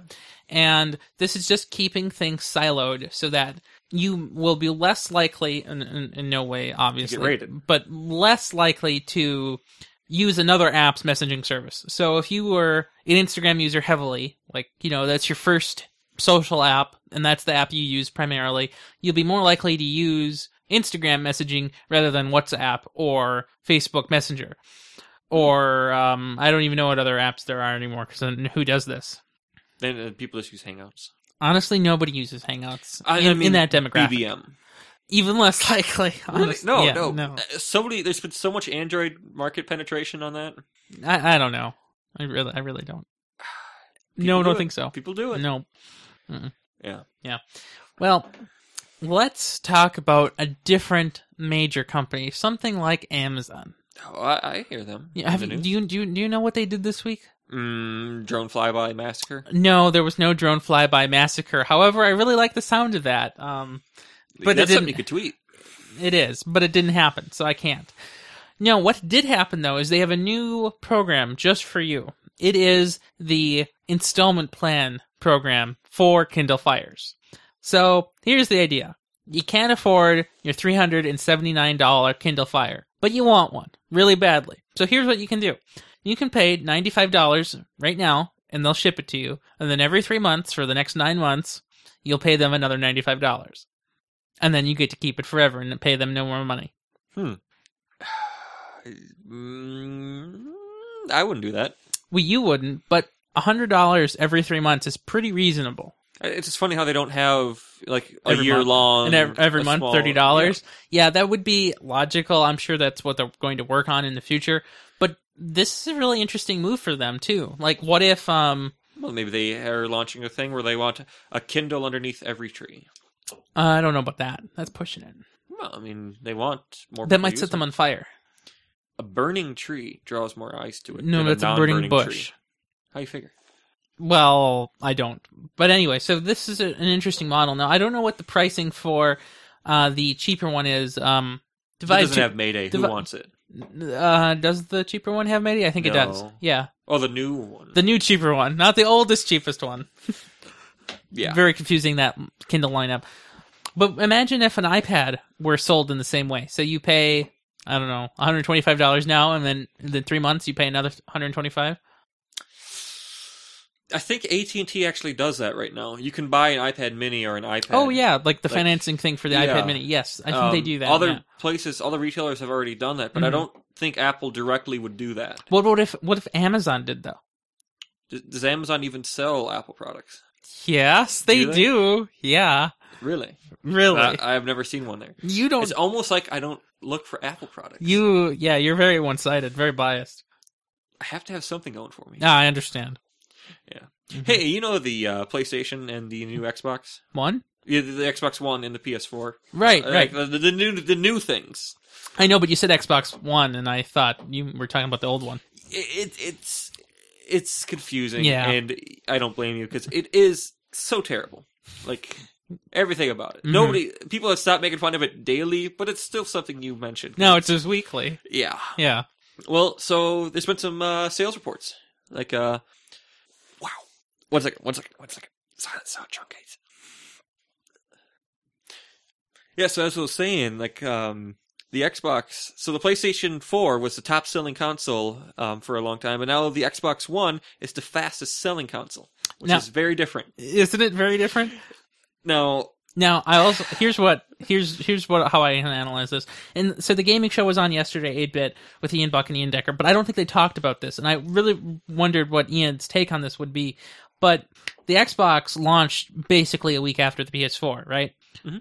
Speaker 2: And this is just keeping things siloed so that you will be less likely, in, in, in no way, obviously,
Speaker 1: raided.
Speaker 2: but less likely to use another app's messaging service. So if you were an Instagram user heavily, like, you know, that's your first social app and that's the app you use primarily, you'll be more likely to use Instagram messaging rather than WhatsApp or Facebook Messenger. Or um, I don't even know what other apps there are anymore because who does this?
Speaker 1: Then uh, people just use Hangouts.
Speaker 2: Honestly, nobody uses Hangouts
Speaker 1: I- I
Speaker 2: in, in
Speaker 1: mean,
Speaker 2: that demographic.
Speaker 1: BBM.
Speaker 2: Even less likely.
Speaker 1: Really?
Speaker 2: honest-
Speaker 1: No,
Speaker 2: yeah,
Speaker 1: no, Uh, Somebody, there's been so much Android market penetration on that.
Speaker 2: I, I don't know. I really, I really don't.
Speaker 1: People
Speaker 2: no,
Speaker 1: do
Speaker 2: don't
Speaker 1: it.
Speaker 2: think so.
Speaker 1: People do it.
Speaker 2: No.
Speaker 1: Yeah.
Speaker 2: Well, Let's talk about a different major company, something like Amazon.
Speaker 1: Oh, I, I hear them.
Speaker 2: Yeah,
Speaker 1: in
Speaker 2: have
Speaker 1: the
Speaker 2: you,
Speaker 1: news.
Speaker 2: do you do you, do you know what they did this week?
Speaker 1: Mm, drone flyby massacre.
Speaker 2: No, there was no drone flyby massacre. However, I really like the sound of that. Um, But it
Speaker 1: But that's something
Speaker 2: didn't-
Speaker 1: you could tweet.
Speaker 2: It is, but it didn't happen, so I can't. No, what did happen though is they have a new program just for you. It is the installment plan program for Kindle Fires. So here's the idea. You can't afford your $379 Kindle Fire, but you want one really badly. So here's what you can do. You can pay $95 right now and they'll ship it to you. And then every three months for the next nine months, you'll pay them another $95 and then you get to keep it forever and pay them no more money.
Speaker 1: Mm, I wouldn't do that.
Speaker 2: Well, you wouldn't, but hundred dollars every three months is pretty reasonable.
Speaker 1: Uh, It's just funny how they don't have like a
Speaker 2: Every
Speaker 1: year
Speaker 2: month.
Speaker 1: long
Speaker 2: And ev- every
Speaker 1: Um, a
Speaker 2: month,
Speaker 1: small-
Speaker 2: thirty dollars. Yeah. that would be logical. I'm sure that's what they're going to work on in the future. But this is a really interesting move for them too. Like, what if um
Speaker 1: Yeah. Well, maybe they are launching a thing where they want a Kindle underneath every tree.
Speaker 2: I don't know about that. That's pushing it.
Speaker 1: Well, I mean, they want more.
Speaker 2: That
Speaker 1: people
Speaker 2: might
Speaker 1: to
Speaker 2: set
Speaker 1: use
Speaker 2: them on fire.
Speaker 1: A burning tree draws more eyes to it.
Speaker 2: No,
Speaker 1: than
Speaker 2: that's a burning
Speaker 1: non-burning
Speaker 2: bush.
Speaker 1: Tree. How you figure?
Speaker 2: Well, I don't. But anyway, so this is a, an interesting model. Now, I don't know what the pricing for uh, the cheaper one is. Um,
Speaker 1: It
Speaker 2: divided
Speaker 1: doesn't
Speaker 2: to-
Speaker 1: have Mayday. Who
Speaker 2: divi-
Speaker 1: wants it?
Speaker 2: Uh, does the cheaper one have Mayday? I think it does.
Speaker 1: No.
Speaker 2: Yeah,
Speaker 1: Oh, the new one.
Speaker 2: the new cheaper one, not the oldest cheapest one.
Speaker 1: yeah.
Speaker 2: Very confusing that Kindle lineup. But imagine if an iPad were sold in the same way. So you pay, I don't know, one hundred twenty-five dollars now, and then in three months you pay another one hundred twenty-five.
Speaker 1: I think AT and T actually does that right now. You can buy an iPad Mini or an iPad.
Speaker 2: Oh yeah, like the
Speaker 1: Like-
Speaker 2: financing thing for the
Speaker 1: Yeah.
Speaker 2: iPad Mini. Yes, I think
Speaker 1: Um,
Speaker 2: they do that.
Speaker 1: Other
Speaker 2: yeah.
Speaker 1: places, other retailers have already done that, but I
Speaker 2: Mhm.
Speaker 1: don't think Apple directly would do that.
Speaker 2: What, what if what if Amazon did though?
Speaker 1: Does, does Amazon even sell Apple products?
Speaker 2: Yes, they
Speaker 1: Do
Speaker 2: do.
Speaker 1: they?
Speaker 2: Yeah,
Speaker 1: Really?
Speaker 2: really.
Speaker 1: Uh, I've never seen one there.
Speaker 2: you don't.
Speaker 1: It's almost like I don't look for Apple products.
Speaker 2: You yeah, you're very one-sided, very biased.
Speaker 1: I have to have something going for me.
Speaker 2: Ah, I understand. Mm-hmm.
Speaker 1: Hey, you know the uh, PlayStation and the new Xbox?
Speaker 2: One?
Speaker 1: Yeah, the, the Xbox One and the PS4.
Speaker 2: Right,
Speaker 1: Uh,
Speaker 2: right.
Speaker 1: the, the, the new the new things.
Speaker 2: I know, but you said Xbox One, and I thought you were talking about the old one.
Speaker 1: It, it it's it's confusing.
Speaker 2: Yeah.
Speaker 1: and I don't blame you because it is so terrible. Like everything about it.
Speaker 2: Mhm.
Speaker 1: Nobody people have stopped making fun of it daily, but it's still something you mentioned.
Speaker 2: No, it's just weekly.
Speaker 1: yeah.
Speaker 2: Yeah.
Speaker 1: Well, so there's been some uh, sales reports. Like, uh, wow. One second, one second, one second. Silent sound junkies. Yeah, so as I was saying, like, um, the Xbox, so the PlayStation 4 was the top selling console um, for a long time, and now the Xbox One is the fastest selling console, which
Speaker 2: Now-
Speaker 1: is very different.
Speaker 2: Isn't it very different?
Speaker 1: Now,
Speaker 2: Now, I also here's what here's here's what how I analyze this. And so the gaming show was on yesterday, eight bit, with Ian Buck and Ian Decker. But I don't think they talked about this, and I really wondered what Ian's take on this would be. But the Xbox launched basically a week after the PS4, right?
Speaker 1: Mhm.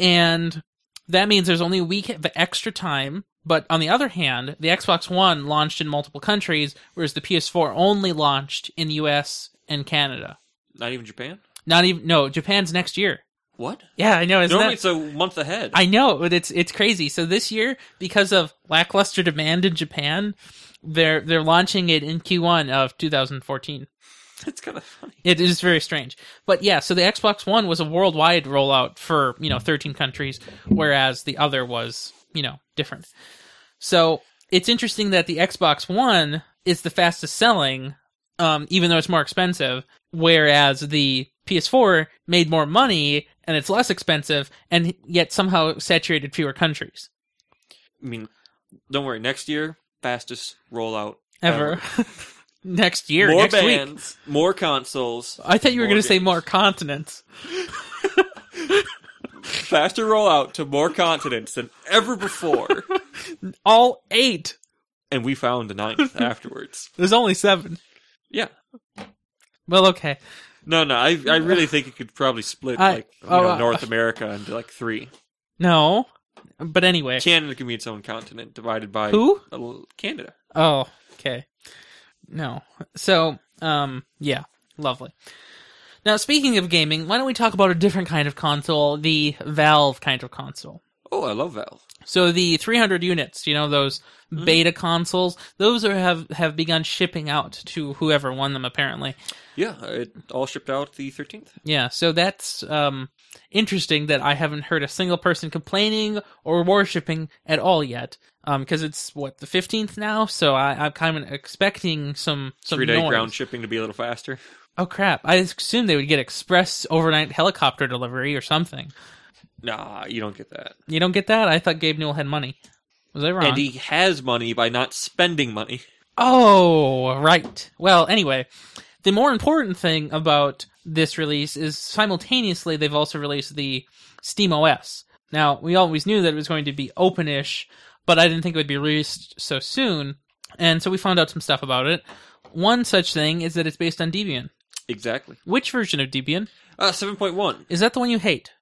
Speaker 2: And that means there's only a week of extra time. But on the other hand, the Xbox One launched in multiple countries, whereas the PS4 only launched in U.S. and Canada.
Speaker 1: not even Japan?
Speaker 2: Not even no, Japan's next year.
Speaker 1: What?
Speaker 2: Yeah, I know. Isn't
Speaker 1: Normally
Speaker 2: that-
Speaker 1: it's a month ahead.
Speaker 2: I know, but it's it's crazy. So this year, because of lackluster demand in Japan, they're they're launching it in Q1 of 2014.
Speaker 1: it's kind of funny.
Speaker 2: It is very strange. But yeah, so the Xbox One was a worldwide rollout for, you know, 13 countries, whereas the other was, you know, different. So it's interesting that the Xbox One is the fastest selling, um, even though it's more expensive, whereas the PS4 made more money and it's less expensive and yet somehow saturated fewer countries
Speaker 1: I mean, don't worry, next year, fastest rollout
Speaker 2: ever. next year,
Speaker 1: more
Speaker 2: next week.
Speaker 1: bands, more consoles,
Speaker 2: I thought you were
Speaker 1: more
Speaker 2: going to say
Speaker 1: games.
Speaker 2: more continents.
Speaker 1: faster rollout to more continents than ever before,
Speaker 2: All eight.
Speaker 1: and we found the ninth afterwards.
Speaker 2: There's only seven.
Speaker 1: Yeah,
Speaker 2: Well, okay.
Speaker 1: no, no, I, I really think it could probably split
Speaker 2: I-
Speaker 1: like you
Speaker 2: oh,
Speaker 1: know,
Speaker 2: uh,
Speaker 1: North America into like three.
Speaker 2: No. But anyway.
Speaker 1: Canada can be its own continent divided by
Speaker 2: Who?
Speaker 1: a l- Canada.
Speaker 2: Oh, okay. No. So, um, yeah. Lovely. Now, speaking of gaming, why don't we talk about a different kind of console, the Valve kind of console?
Speaker 1: Oh, I love Valve.
Speaker 2: So the 300 units, you know, those
Speaker 1: Mhm.
Speaker 2: beta consoles, those are, have, have begun shipping out to whoever won them, apparently.
Speaker 1: Yeah, it all shipped out the 13th.
Speaker 2: Yeah, so that's um, interesting that I haven't heard a single person complaining or worshipping at all yet. Because it's what the fifteenth now, so I, I'm kind of expecting some some
Speaker 1: Three day
Speaker 2: noise.
Speaker 1: ground shipping to be a little faster.
Speaker 2: oh crap! I assumed they would get express overnight helicopter delivery or something.
Speaker 1: Nah, you don't get that.
Speaker 2: You don't get that? I thought Gabe Newell had money. Was I wrong?
Speaker 1: And he has money by not spending money.
Speaker 2: Oh, right. Well, anyway, the more important thing about this release is simultaneously they've also released the Steam OS. Now, we always knew that it was going to be openish, but I didn't think it would be released so soon, and so we found out some stuff about it. One such thing is that it's based on Debian.
Speaker 1: Exactly.
Speaker 2: Which version of Debian?
Speaker 1: Uh, 7.1.
Speaker 2: Is that the one you hate?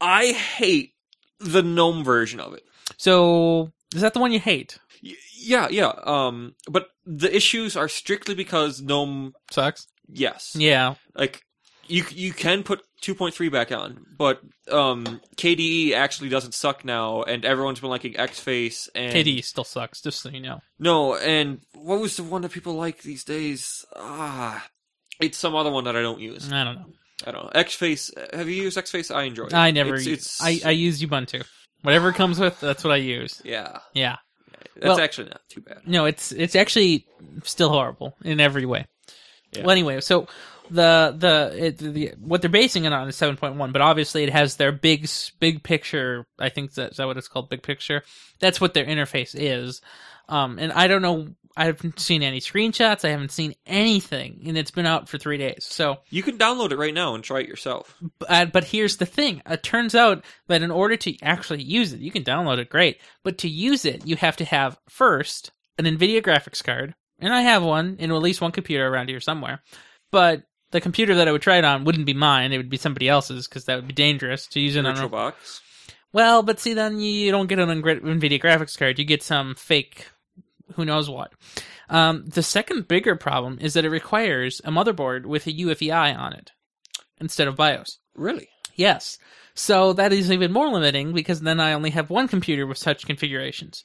Speaker 1: I hate the GNOME version of it.
Speaker 2: So, is that the one you hate?
Speaker 1: Y- yeah, yeah. Um, but the issues are strictly because GNOME,
Speaker 2: Sucks.
Speaker 1: yes.
Speaker 2: Yeah.
Speaker 1: Like, you you can put 2.3 back on, but um, KDE actually doesn't suck now, and everyone's been liking XFace and
Speaker 2: KDE still sucks, just so you know.
Speaker 1: No, and what was the one that people like these days? Ah, it's some other one that I don't use.
Speaker 2: I don't know.
Speaker 1: I don't know. XFace. Have you used XFace? I enjoy it.
Speaker 2: I never
Speaker 1: It's,
Speaker 2: use.
Speaker 1: it's
Speaker 2: I, I use Ubuntu. Whatever it comes with, that's what I use.
Speaker 1: yeah.
Speaker 2: Yeah.
Speaker 1: That's
Speaker 2: Well-
Speaker 1: actually not too bad.
Speaker 2: No, it's it's actually still horrible in every way.
Speaker 1: Yeah.
Speaker 2: Well, anyway, so the the, it, the what they're basing it on is seven point one, but obviously it has their big s- big picture. I think that's is that what it's called, big picture. That's what their interface is. Um, and I don't know. I haven't seen any screenshots. I haven't seen anything, and it's been out for three days. So,
Speaker 1: You can download it right now and try it yourself.
Speaker 2: uh, but here's the thing: it turns out that in order to actually use it, you can download it, great. But to use it, you have to have first an NVIDIA graphics card, and I have one, and at least one computer around here somewhere. But the computer that I would try it on wouldn't be mine; it would be somebody else's because that would be dangerous to use it on. A-
Speaker 1: VirtualBox.
Speaker 2: well, but see, then you, you don't get an Ngra- NVIDIA graphics card; you get some fake, who knows what. Um, the second bigger problem is that it requires a motherboard with a UFEI on it instead of BIOS.
Speaker 1: Really?
Speaker 2: Yes. So that is even more limiting because then I only have one computer with such configurations.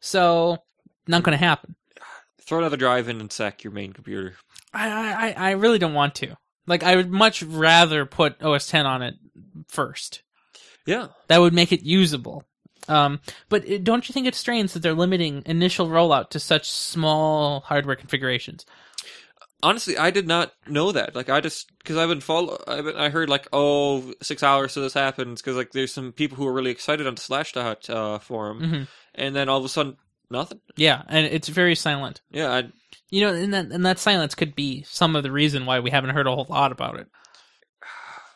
Speaker 2: So not going to happen.
Speaker 1: Throw another drive in and sack your main computer.
Speaker 2: I, I I- I really don't want to. Like I would much rather put OS 10 on it first.
Speaker 1: Yeah.
Speaker 2: That would make it usable. Um, but it, don't you think it strains that they're limiting initial rollout to such small hardware configurations?
Speaker 1: Honestly, I did not know that. Like, I just because I've been follow. I've been, I heard like, oh, six hours till this happens because like there's some people who are really excited on the Slashdot uh, forum,
Speaker 2: hmm
Speaker 1: and then all of a sudden, nothing.
Speaker 2: Yeah, and it's very silent.
Speaker 1: Yeah, I,
Speaker 2: You know, and that and that silence could be some of the reason why we haven't heard a whole lot about it.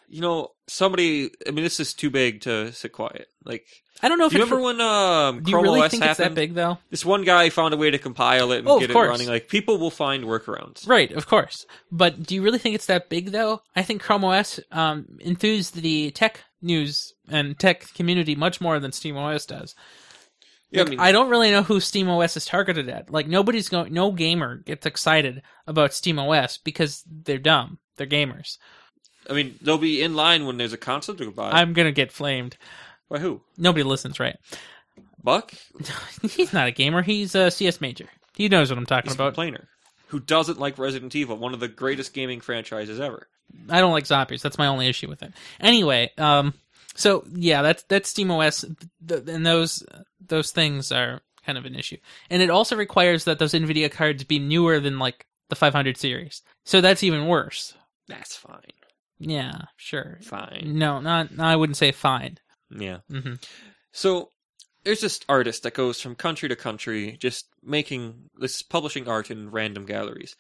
Speaker 1: you know, somebody. I mean, this is too big to sit quiet. Like,
Speaker 2: I don't know if
Speaker 1: do you
Speaker 2: it,
Speaker 1: remember when um,
Speaker 2: do you
Speaker 1: Chrome
Speaker 2: really
Speaker 1: OS
Speaker 2: think it's that
Speaker 1: happened?
Speaker 2: big though?
Speaker 1: This one guy found a way to compile it and
Speaker 2: Oh, of
Speaker 1: get it
Speaker 2: course.
Speaker 1: running. Like, people will find workarounds.
Speaker 2: Right, of course. But do you really think it's that big, though? I think Chrome OS um, enthused the tech news and tech community much more than Steam OS does.
Speaker 1: Yeah,
Speaker 2: Like,
Speaker 1: I mean,
Speaker 2: I don't really know who Steam OS is targeted at. Like nobody's going, no gamer gets excited about Steam OS because they're dumb. They're gamers.
Speaker 1: I mean, they'll be in line when there's a console to go buy.
Speaker 2: I'm gonna get flamed.
Speaker 1: By who?
Speaker 2: Nobody listens, right?
Speaker 1: Buck?
Speaker 2: He's not a gamer. He's a CS major. He knows what I'm talking
Speaker 1: He's a
Speaker 2: about.
Speaker 1: complainer who doesn't like Resident Evil, one of the greatest gaming franchises ever.
Speaker 2: I don't like zombies. That's my only issue with it. Anyway, um, so yeah, that's that's SteamOS, th- and those those things are kind of an issue. And it also requires that those NVIDIA cards be newer than like the 500 series. So that's even worse.
Speaker 1: That's fine.
Speaker 2: Yeah, sure.
Speaker 1: Fine.
Speaker 2: No, not no, I wouldn't say fine.
Speaker 1: Mm. Yeah.
Speaker 2: hmm
Speaker 1: So there's this artist that goes from country to country just making this publishing art in random galleries.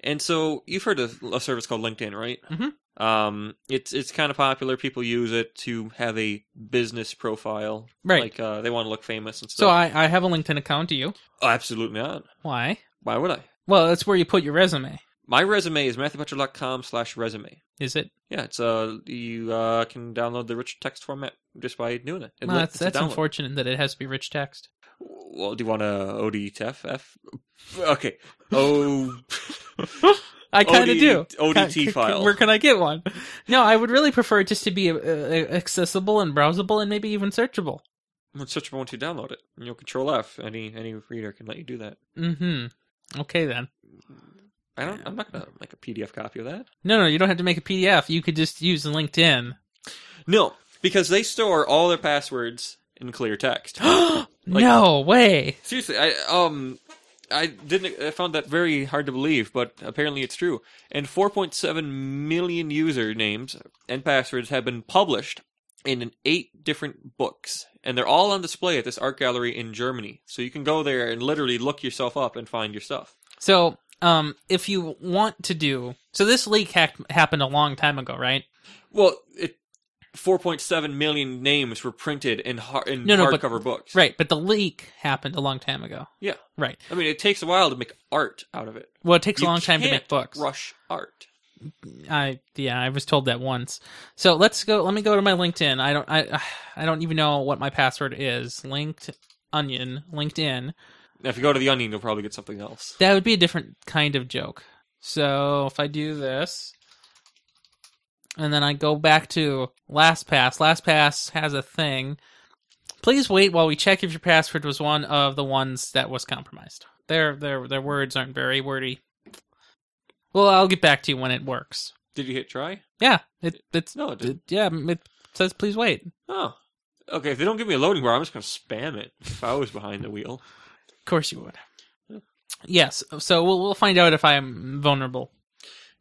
Speaker 1: And so you've heard of a service called LinkedIn, right?
Speaker 2: Mhm.
Speaker 1: Mm-hmm. Um, it's it's kind of popular. People use it to have a business profile,
Speaker 2: Right.
Speaker 1: Like uh, they want to look famous and
Speaker 2: so
Speaker 1: stuff.
Speaker 2: I I have a LinkedIn account. Do you?
Speaker 1: So I absolutely not.
Speaker 2: Why?
Speaker 1: Why would I?
Speaker 2: Well, that's where you put your resume.
Speaker 1: My resume is matthewbutcher.com slash resume.
Speaker 2: Is it?
Speaker 1: Yeah, it's uh you uh can download the rich text format just by doing it. it
Speaker 2: Well,
Speaker 1: li-
Speaker 2: that's
Speaker 1: it's a
Speaker 2: that's
Speaker 1: download.
Speaker 2: unfortunate that it has to be rich text.
Speaker 1: well, do you want to ODTF? F? Okay. O Oh,
Speaker 2: I kind of do.
Speaker 1: ODT
Speaker 2: Ca- ca-
Speaker 1: file.
Speaker 2: Where can I get one? No, I would really prefer it just to be uh, uh, accessible and browsable and maybe even searchable.
Speaker 1: When searchable once you download it, and you'll Control F. Any any reader can let you do that.
Speaker 2: Mm-hmm. Okay then.
Speaker 1: I don't. I'm not gonna make a PDF copy of that.
Speaker 2: No, no, you don't have to make a PDF. You could just use LinkedIn.
Speaker 1: No, because they store all their passwords in clear text.
Speaker 2: no way.
Speaker 1: Seriously, I um I didn't I found that very hard to believe, but apparently it's true. And 4.7 million usernames and passwords have been published in eight different books, and they're all on display at this art gallery in Germany. So you can go there and literally look yourself up and find your stuff.
Speaker 2: So, um, if you want to do so, this leak hack- happened a long time ago, right?
Speaker 1: Well, it 4.7 million names were printed in har- in
Speaker 2: No, no, but-
Speaker 1: hardcover books.
Speaker 2: Right, but the leak happened a long time ago.
Speaker 1: Yeah.
Speaker 2: Right.
Speaker 1: I mean, it takes a while to make art out of it.
Speaker 2: Well, it takes
Speaker 1: You
Speaker 2: a long time to
Speaker 1: can't
Speaker 2: make books.
Speaker 1: Rush art.
Speaker 2: I yeah, I was told that once. So let's go. Let me go to my LinkedIn. I don't I I don't even know what my password is. Linked onion LinkedIn.
Speaker 1: Now, if you go to the Onion, you'll probably get something else.
Speaker 2: That would be a different kind of joke. So if I do this, and then I go back to LastPass. LastPass has a thing. Please wait while we check if your password was one of the ones that was compromised. Their their their words aren't very wordy. Well, I'll get back to you when it works.
Speaker 1: Did you hit try?
Speaker 2: Yeah, it it's
Speaker 1: No, it didn't.
Speaker 2: yeah it says please wait. Of
Speaker 1: Oh. Okay, if they don't give me a loading bar, I'm just going to spam it if I was behind the wheel.
Speaker 2: course you would. Yes, so we'll we'll find out if I'm vulnerable.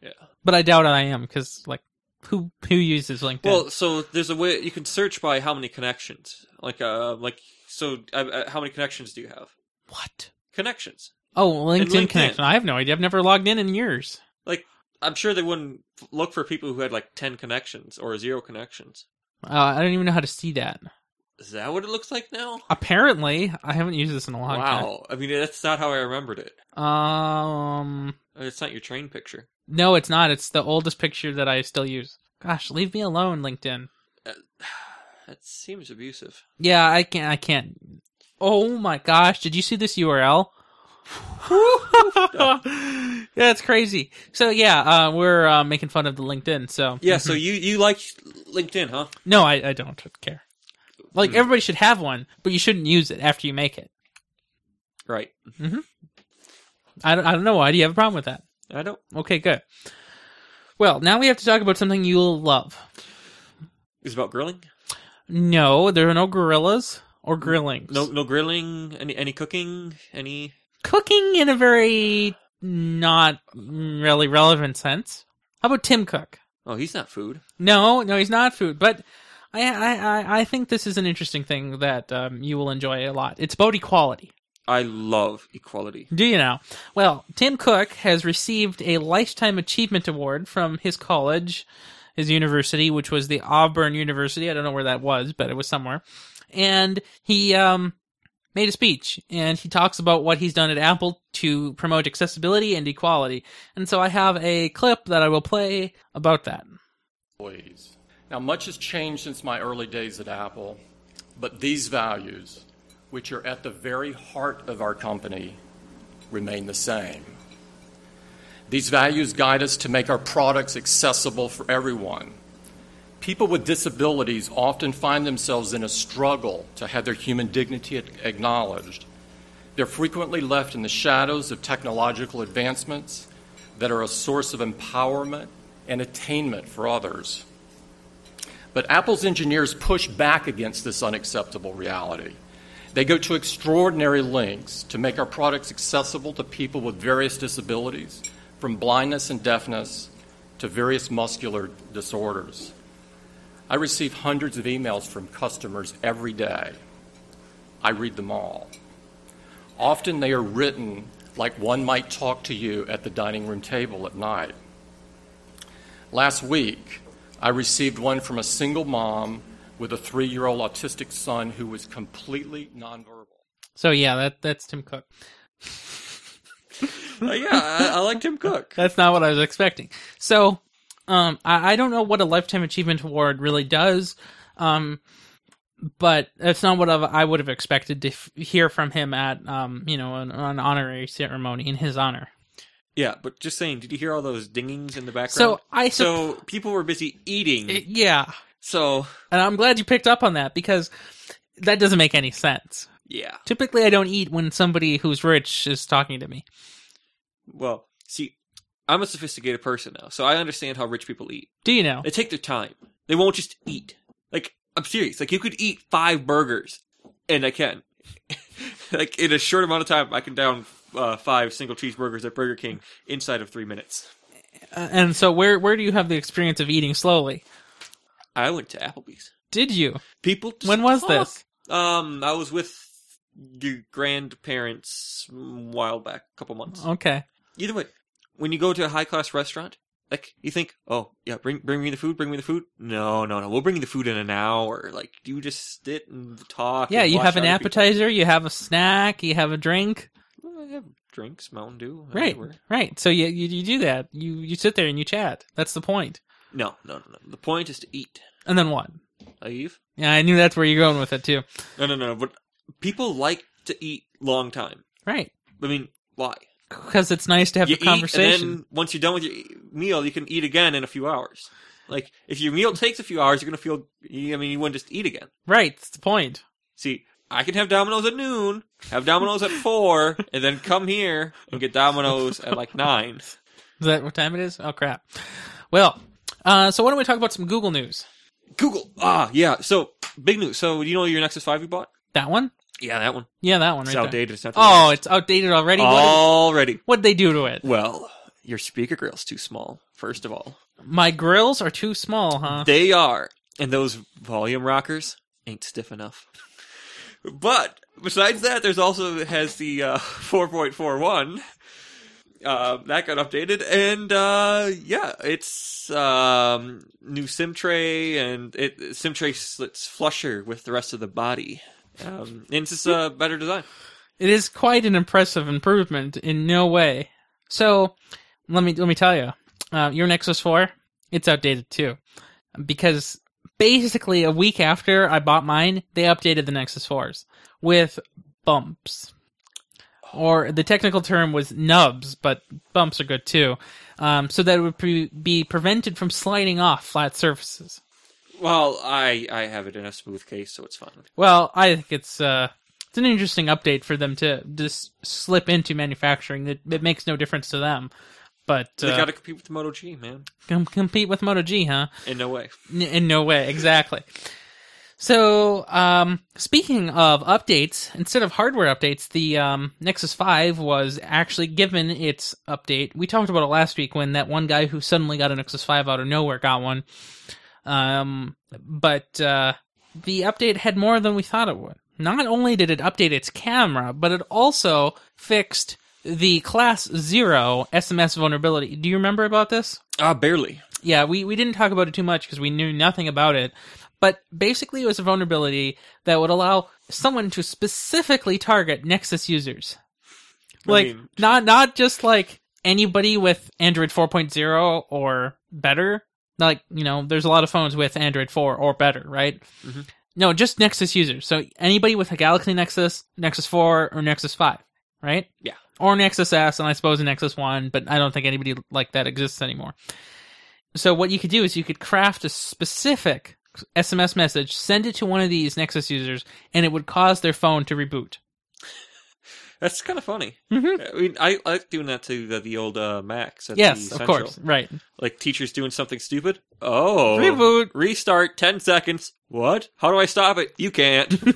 Speaker 1: Yeah.
Speaker 2: but I doubt I am because like who who uses LinkedIn?
Speaker 1: Well, so there's a way you can search by how many connections. Like, uh, like so, uh, uh, how many connections do you have?
Speaker 2: what?
Speaker 1: Connections.
Speaker 2: Oh, LinkedIn,
Speaker 1: LinkedIn.
Speaker 2: connection. I have no idea. I've never logged in in years.
Speaker 1: I'm sure they wouldn't f- look for people who had like ten connections or zero connections.
Speaker 2: Uh, I don't even know how to see that.
Speaker 1: Is that what it looks like now?
Speaker 2: Apparently, I haven't used this in a long
Speaker 1: wow. I mean, that's not how I remembered it.
Speaker 2: time. Um,
Speaker 1: Uh, It's not your train picture.
Speaker 2: no, it's not. It's the oldest picture that I still use. Gosh, leave me alone, LinkedIn.
Speaker 1: That seems abusive.
Speaker 2: Yeah, I can't. I can't. Oh my gosh! Did you see this URL? yeah, it's crazy. So yeah, uh, we're uh, making fun of the LinkedIn. So
Speaker 1: Yeah. So you you like LinkedIn, huh?
Speaker 2: no, I, I don't care. Like
Speaker 1: Hmm.
Speaker 2: everybody should have one, but you shouldn't use it after you make it.
Speaker 1: Right.
Speaker 2: I don't, I don't know why. Do you have a problem with that?
Speaker 1: I don't.
Speaker 2: Okay, good. Well, now we have to talk about something you'll love.
Speaker 1: It's about grilling.
Speaker 2: No, there are no gorillas or grillings.
Speaker 1: No, no grilling. Any any cooking. Any
Speaker 2: cooking in a very not really relevant sense. How about Tim Cook?
Speaker 1: Oh, he's not food.
Speaker 2: No, no, he's not food, but I, I, I- I think this is an interesting thing that um, you will enjoy a lot. It's about equality.
Speaker 1: I love equality.
Speaker 2: Do you know? Well, Tim Cook has received a Lifetime Achievement Award from his college, his university, which was the Auburn University. I don't know where that was, but it was somewhere. And he um, made a speech, and he talks about what he's done at Apple to promote accessibility and equality. And so I have a clip that I will play about that.
Speaker 3: employees. Now, much has changed since my early days at Apple, but these values, which are at the very heart of our company, remain the same. These values guide us to make our products accessible for everyone. People with disabilities often find themselves in a struggle to have their human dignity acknowledged. They're frequently left in the shadows of technological advancements that are a source of empowerment and attainment for others. But Apple's engineers push back against this unacceptable reality. They go to extraordinary lengths to make our products accessible to people with various disabilities, from blindness and deafness to various muscular disorders. I receive hundreds of emails from customers every day. I read them all. Often they are written like one might talk to you at the dining room table at night. Last week, I received one from a single mom with a three year old autistic son who was completely nonverbal.
Speaker 2: So yeah, that that's Tim Cook.
Speaker 1: Uh, yeah, I, I like Tim Cook.
Speaker 2: That's not what I was expecting. So, um, I, I don't know what a lifetime achievement award really does. Um, but that's not what I've- I would have expected to f- hear from him at, um, you know, an, an honorary ceremony in his honor.
Speaker 1: Yeah, but just saying, did you hear all those dingings in the background?
Speaker 2: So I sup-
Speaker 1: so people were busy eating.
Speaker 2: It- yeah,
Speaker 1: so
Speaker 2: and I'm glad you picked up on that because that doesn't make any sense.
Speaker 1: yeah,
Speaker 2: Typically, I don't eat when somebody who's rich is talking to me.
Speaker 1: well, see, I'm a sophisticated person now, so I understand how rich people eat.
Speaker 2: Do you know?
Speaker 1: They take their time. They won't just eat. Like I'm serious. Like you could eat five burgers, and I can. like in a short amount of time, I can down uh, five single cheeseburgers at Burger King inside of three minutes.
Speaker 2: Uh, and so, where where do you have the experience of eating slowly?
Speaker 1: I went to Applebee's.
Speaker 2: Did you?
Speaker 1: People. Just
Speaker 2: When was
Speaker 1: talk.
Speaker 2: this?
Speaker 1: Um, I was with your grandparents a while back, a couple months.
Speaker 2: Okay.
Speaker 1: Either way, when you go to a high class restaurant, like you think, oh yeah, bring bring me the food, bring me the food. No, no, no, we'll bring you the food in an hour. Like you just sit and talk.
Speaker 2: Yeah,
Speaker 1: and
Speaker 2: you
Speaker 1: watch
Speaker 2: have an
Speaker 1: other people-
Speaker 2: appetizer, you have a snack, you have a drink.
Speaker 1: Well, I have drinks, Mountain Dew. I
Speaker 2: Right,
Speaker 1: remember.
Speaker 2: right. So you, you you do that. You you sit there and you chat. That's the point.
Speaker 1: No, no, no, no. The point is to eat.
Speaker 2: And then what?
Speaker 1: Eve.
Speaker 2: Yeah, I knew that's where you're going with it too.
Speaker 1: No, no, no, no. But people like to eat long time.
Speaker 2: Right,
Speaker 1: I mean, why?
Speaker 2: because it's nice to have
Speaker 1: you
Speaker 2: a conversation.
Speaker 1: Eat, and then once you're done with your e-, meal, you can eat again in a few hours. Like if your meal takes a few hours, you're gonna feel. I mean, you wouldn't just eat again.
Speaker 2: Right, that's the point.
Speaker 1: See, I can have Domino's at noon, have Domino's at four, and then come here and get Domino's at like nine.
Speaker 2: Is that what time it is? Oh crap. Well, uh, so why don't we talk about some Google news?
Speaker 1: Google. Ah, yeah. So big news. So do you know your Nexus Five you bought?
Speaker 2: That one?
Speaker 1: Yeah, that one.
Speaker 2: Yeah, that one right
Speaker 1: It's
Speaker 2: there.
Speaker 1: outdated. Oh. It's not. the
Speaker 2: Oh,
Speaker 1: latest.
Speaker 2: it's outdated already. What
Speaker 1: already.
Speaker 2: would they do to it?
Speaker 1: Well, your speaker grill's too small. First of all,
Speaker 2: My grills are too small, huh?
Speaker 1: They are. And those volume rockers ain't stiff enough. but besides that, there's also it has the uh, 4.41. Uh, that got updated, and uh, yeah, it's um, new SIM tray, and it SIM tray slits flusher with the rest of the body. Um, and it's just a better design.
Speaker 2: It is quite an impressive improvement in no way. So let me let me tell you, uh, your Nexus Four, it's outdated too, because basically a week after I bought mine, they updated the Nexus Fours with bumps, or the technical term was nubs, but bumps are good too, um, so that it would pre- be prevented from sliding off flat surfaces.
Speaker 1: Well, I I have it in a smooth case, so it's fine.
Speaker 2: Well, I think it's uh, it's an interesting update for them to just slip into manufacturing. It, it makes no difference to them, but
Speaker 1: They
Speaker 2: uh,
Speaker 1: got to compete with the Moto G, man.
Speaker 2: com- compete with Moto G, huh?
Speaker 1: In no way.
Speaker 2: N- in no way, exactly. So, um, speaking of updates, instead of hardware updates, the um, Nexus Five was actually given its update. We talked about it last week when that one guy who suddenly got a Nexus Five out of nowhere got one. Um, but uh, the update had more than we thought it would. Not only did it update its camera, but it also fixed the Class Zero SMS vulnerability. Do you remember about this?
Speaker 1: Ah, barely.
Speaker 2: Yeah, we, we didn't talk about it too much because we knew nothing about it. But basically, it was a vulnerability that would allow someone to specifically target Nexus users. Like,
Speaker 1: mean-
Speaker 2: not, not just like anybody with Android 4.0 or better. Like, you know, there's a lot of phones with Android 4 or better, right?
Speaker 1: Mhm.
Speaker 2: No, just Nexus users. So anybody with a Galaxy Nexus, Nexus 4, or Nexus 5, right?
Speaker 1: Yeah.
Speaker 2: Or Nexus S, and I suppose a Nexus 1, but I don't think anybody like that exists anymore. So what you could do is you could craft a specific SMS message, send it to one of these Nexus users, and it would cause their phone to reboot.
Speaker 1: That's kind of funny.
Speaker 2: Mm-hmm.
Speaker 1: I mean, I like doing that to the, the old uh, Macs. At
Speaker 2: Yes,
Speaker 1: the
Speaker 2: of
Speaker 1: Central.
Speaker 2: course. Right.
Speaker 1: Like teachers doing something stupid. Oh,
Speaker 2: Reboot.
Speaker 1: restart, ten seconds. What? How do I stop it? You can't.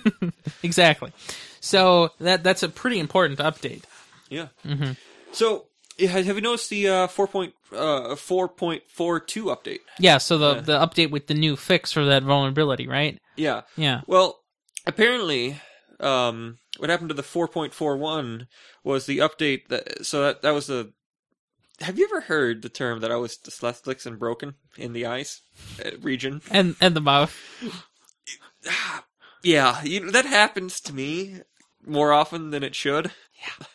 Speaker 2: Exactly. So that that's a pretty important update.
Speaker 1: yeah.
Speaker 2: Mm-hmm.
Speaker 1: So, yeah, have you noticed the uh, four point uh, four point four two update?
Speaker 2: Yeah, so the the update with the new fix for that vulnerability, right?
Speaker 1: Yeah.
Speaker 2: Yeah.
Speaker 1: Well, apparently, um, what happened to the four point four one was the update that. So that that was the. Have you ever heard the term that I was dyslexic and broken in the eyes uh, region?
Speaker 2: And and the mouth.
Speaker 1: Ah, yeah, you know, that happens to me more often than it should. Yeah.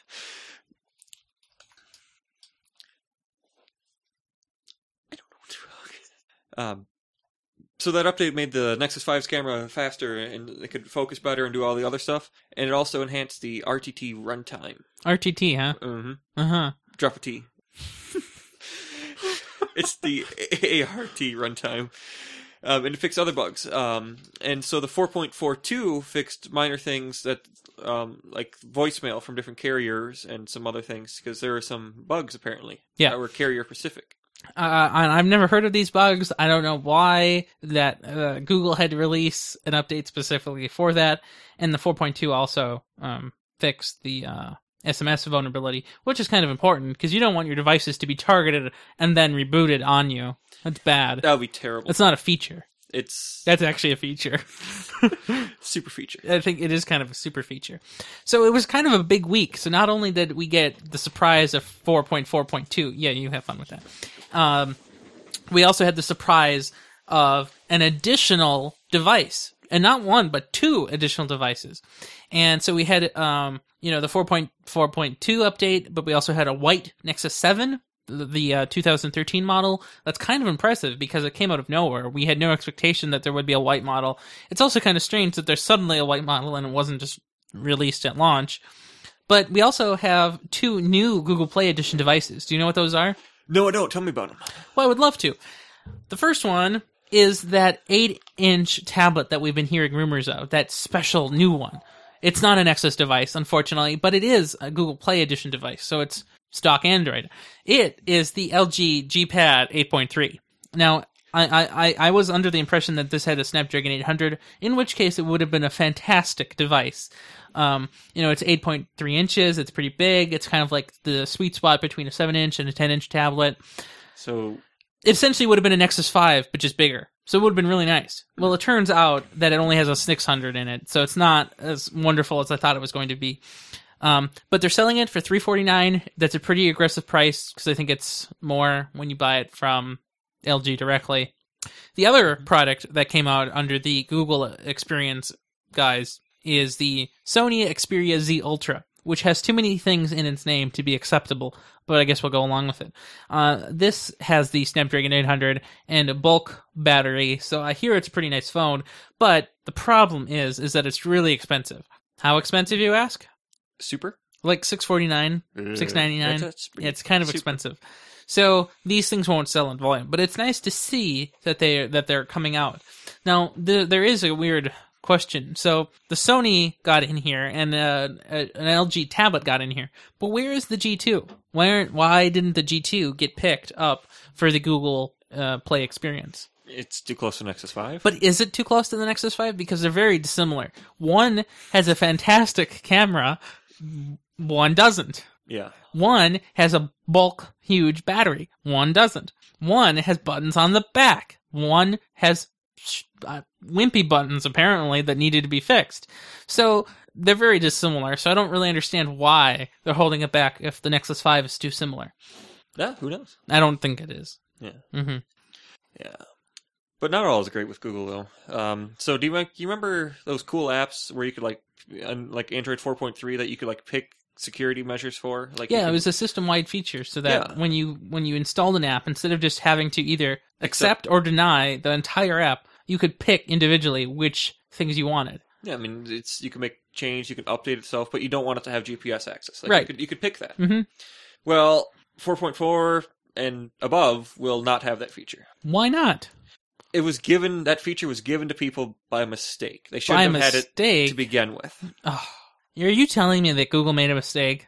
Speaker 1: I don't know what's wrong. Um, So that update made the Nexus 5's camera faster and it could focus better and do all the other stuff. And it also enhanced the RTT runtime.
Speaker 2: RTT, huh?
Speaker 1: Mm-hmm.
Speaker 2: Uh huh.
Speaker 1: Drop a T. it's the ART runtime. Um, and it fixed other bugs. Um, and so the 4.42 fixed minor things that, um, like voicemail from different carriers and some other things, because there were some bugs apparently
Speaker 2: Yeah.
Speaker 1: that were carrier specific.
Speaker 2: Uh, I- I've never heard of these bugs. I don't know why that uh, Google had to release an update specifically for that. And the 4.2 also um, fixed the uh, SMS vulnerability, which is kind of important because you don't want your devices to be targeted and then rebooted on you. That's bad.
Speaker 1: That would be terrible.
Speaker 2: That's not a feature.
Speaker 1: it's
Speaker 2: That's actually a feature.
Speaker 1: super feature.
Speaker 2: I think it is kind of a super feature. So it was kind of a big week. So not only did we get the surprise of 4.4.2, yeah, you have fun with that. Um, we also had the surprise of an additional device, and not one, but two additional devices. And so we had, um, you know, the 4.4.2 update, but we also had a white Nexus 7. The, the uh, 2013 model that's kind of impressive because it came out of nowhere. We had no expectation that there would be a white model. It's also kind of strange that there's suddenly a white model and it wasn't just released at launch. But we also have two new Google Play Edition devices. Do you know what those are?
Speaker 1: No, I don't. Tell me about them.
Speaker 2: Well, I would love to. The first one is that 8 inch tablet that we've been hearing rumors of, that special new one. It's not an Nexus device, unfortunately, but it is a Google Play Edition device, so it's stock Android. It is the LG G Pad 8.3. Now, I, I, I- I was under the impression that this had a Snapdragon 800, in which case it would have been a fantastic device. Um, you know, it's 8.3 inches, it's pretty big, it's kind of like the sweet spot between a 7 inch and a 10 inch tablet
Speaker 1: So
Speaker 2: essentially would have been a Nexus 5, but just bigger. So it would have been really nice. Well, it turns out that it only has a 600 in it, so it's not as wonderful as I thought it was going to be. Um, but they're selling it for 349. That's a pretty aggressive price because I think it's more when you buy it from LG directly. The other product that came out under the Google Experience guys is the Sony Xperia Z Ultra, which has too many things in its name to be acceptable, but I guess we'll go along with it. Uh, this has the Snapdragon 800 and a bulk battery, so I hear it's a pretty nice phone, but the problem is is that it's really expensive. How expensive you ask?
Speaker 1: super.
Speaker 2: Like 649,
Speaker 1: Hmm.
Speaker 2: 699.
Speaker 1: That's- that's
Speaker 2: Yeah, it's kind of
Speaker 1: super.
Speaker 2: expensive. So these things won't sell in volume, but it's nice to see that they that they're coming out. Now the, there is a weird question. So the Sony got in here, and uh, a, an LG tablet got in here, but where is the G2? Why aren't, why didn't the G2 get picked up for the Google uh, Play experience?
Speaker 1: It's too close to Nexus 5.
Speaker 2: But is it too close to the Nexus 5? Because they're very dissimilar. One has a fantastic camera, one doesn't.
Speaker 1: yeah.
Speaker 2: One has a bulk, huge battery. One doesn't. One has buttons on the back. One has sh- uh, wimpy buttons, apparently, that needed to be fixed. So they're very dissimilar, so I don't really understand why they're holding it back if the Nexus 5 is too similar.
Speaker 1: Yeah, who knows?
Speaker 2: I don't think it is.
Speaker 1: Yeah.
Speaker 2: hmm
Speaker 1: Yeah. But not all is great with Google though. Um, so do you, rec- you remember those cool apps where you could like un- like Android 4.3 that you could like pick security measures for? Like you
Speaker 2: Yeah, it
Speaker 1: could-
Speaker 2: was a system-wide feature so that
Speaker 1: Yeah.
Speaker 2: when you when you installed an app, instead of just having to either accept or deny the entire app, you could pick individually which things you wanted.
Speaker 1: yeah. I mean, it's you can make change, you can update itself, but you don't want it to have GPS access. Like, You
Speaker 2: Right.
Speaker 1: could, you could pick that.
Speaker 2: Mhm.
Speaker 1: Well, 4.4 and above will not have that feature.
Speaker 2: Why not?
Speaker 1: It was given that feature was given to people by mistake. They should
Speaker 2: By
Speaker 1: have had it
Speaker 2: mistake.
Speaker 1: to begin with.
Speaker 2: Oh, are you telling me that Google made a mistake?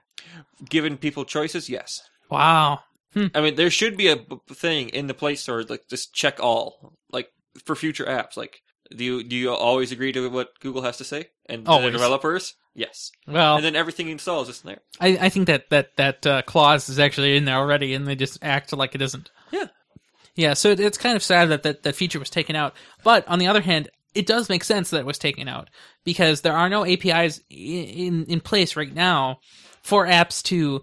Speaker 1: Given people choices, yes.
Speaker 2: Wow.
Speaker 1: I mean, there should be a b- thing in the Play Store like just check all, like for future apps. Like, do you do you always agree to what Google has to say and the
Speaker 2: Always. Oh.
Speaker 1: developers? Yes,
Speaker 2: Well,
Speaker 1: and then everything you install is just in there.
Speaker 2: I, I think that that that uh, clause is actually in there already, and they just act like it isn't.
Speaker 1: Yeah.
Speaker 2: Yeah. So it, it's kind of sad that, that that feature was taken out, but on the other hand, it does make sense that it was taken out because there are no APIs i- in in place right now for apps to,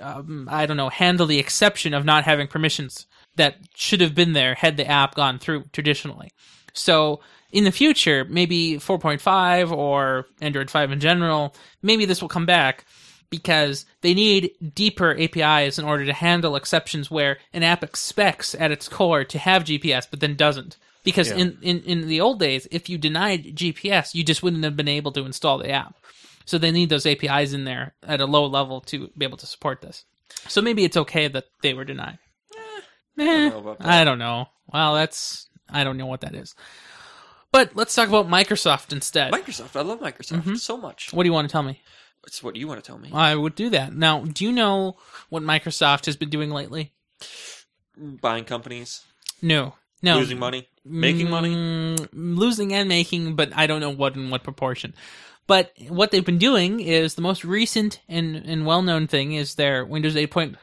Speaker 2: um, I don't know, handle the exception of not having permissions that should have been there had the app gone through traditionally. So in the future, maybe 4.5 or Android 5 in general, maybe this will come back because they need deeper APIs in order to handle exceptions where an app expects at its core to have GPS but then doesn't. Because
Speaker 3: Yeah.
Speaker 2: in, in, in the old days, if you denied GPS, you just wouldn't have been able to install the app. So they need those APIs in there at a low level to be able to support this. So maybe it's okay that they were denied. Eh,
Speaker 1: know
Speaker 2: I, don't know
Speaker 1: about that.
Speaker 2: Well, that's I don't know what that is. But let's talk about Microsoft instead.
Speaker 1: Microsoft. I love Microsoft
Speaker 2: Mm-hmm.
Speaker 1: so much.
Speaker 2: what do you want to tell me?
Speaker 1: It's what you want to tell me.
Speaker 2: I would do that. Now, do you know what Microsoft has been doing lately?
Speaker 1: Buying companies,
Speaker 2: No. No.
Speaker 1: losing money, making money.
Speaker 2: Mm, losing and making, but I don't know what in what proportion. But what they've been doing is the most recent and, and well known thing is their Windows 8.1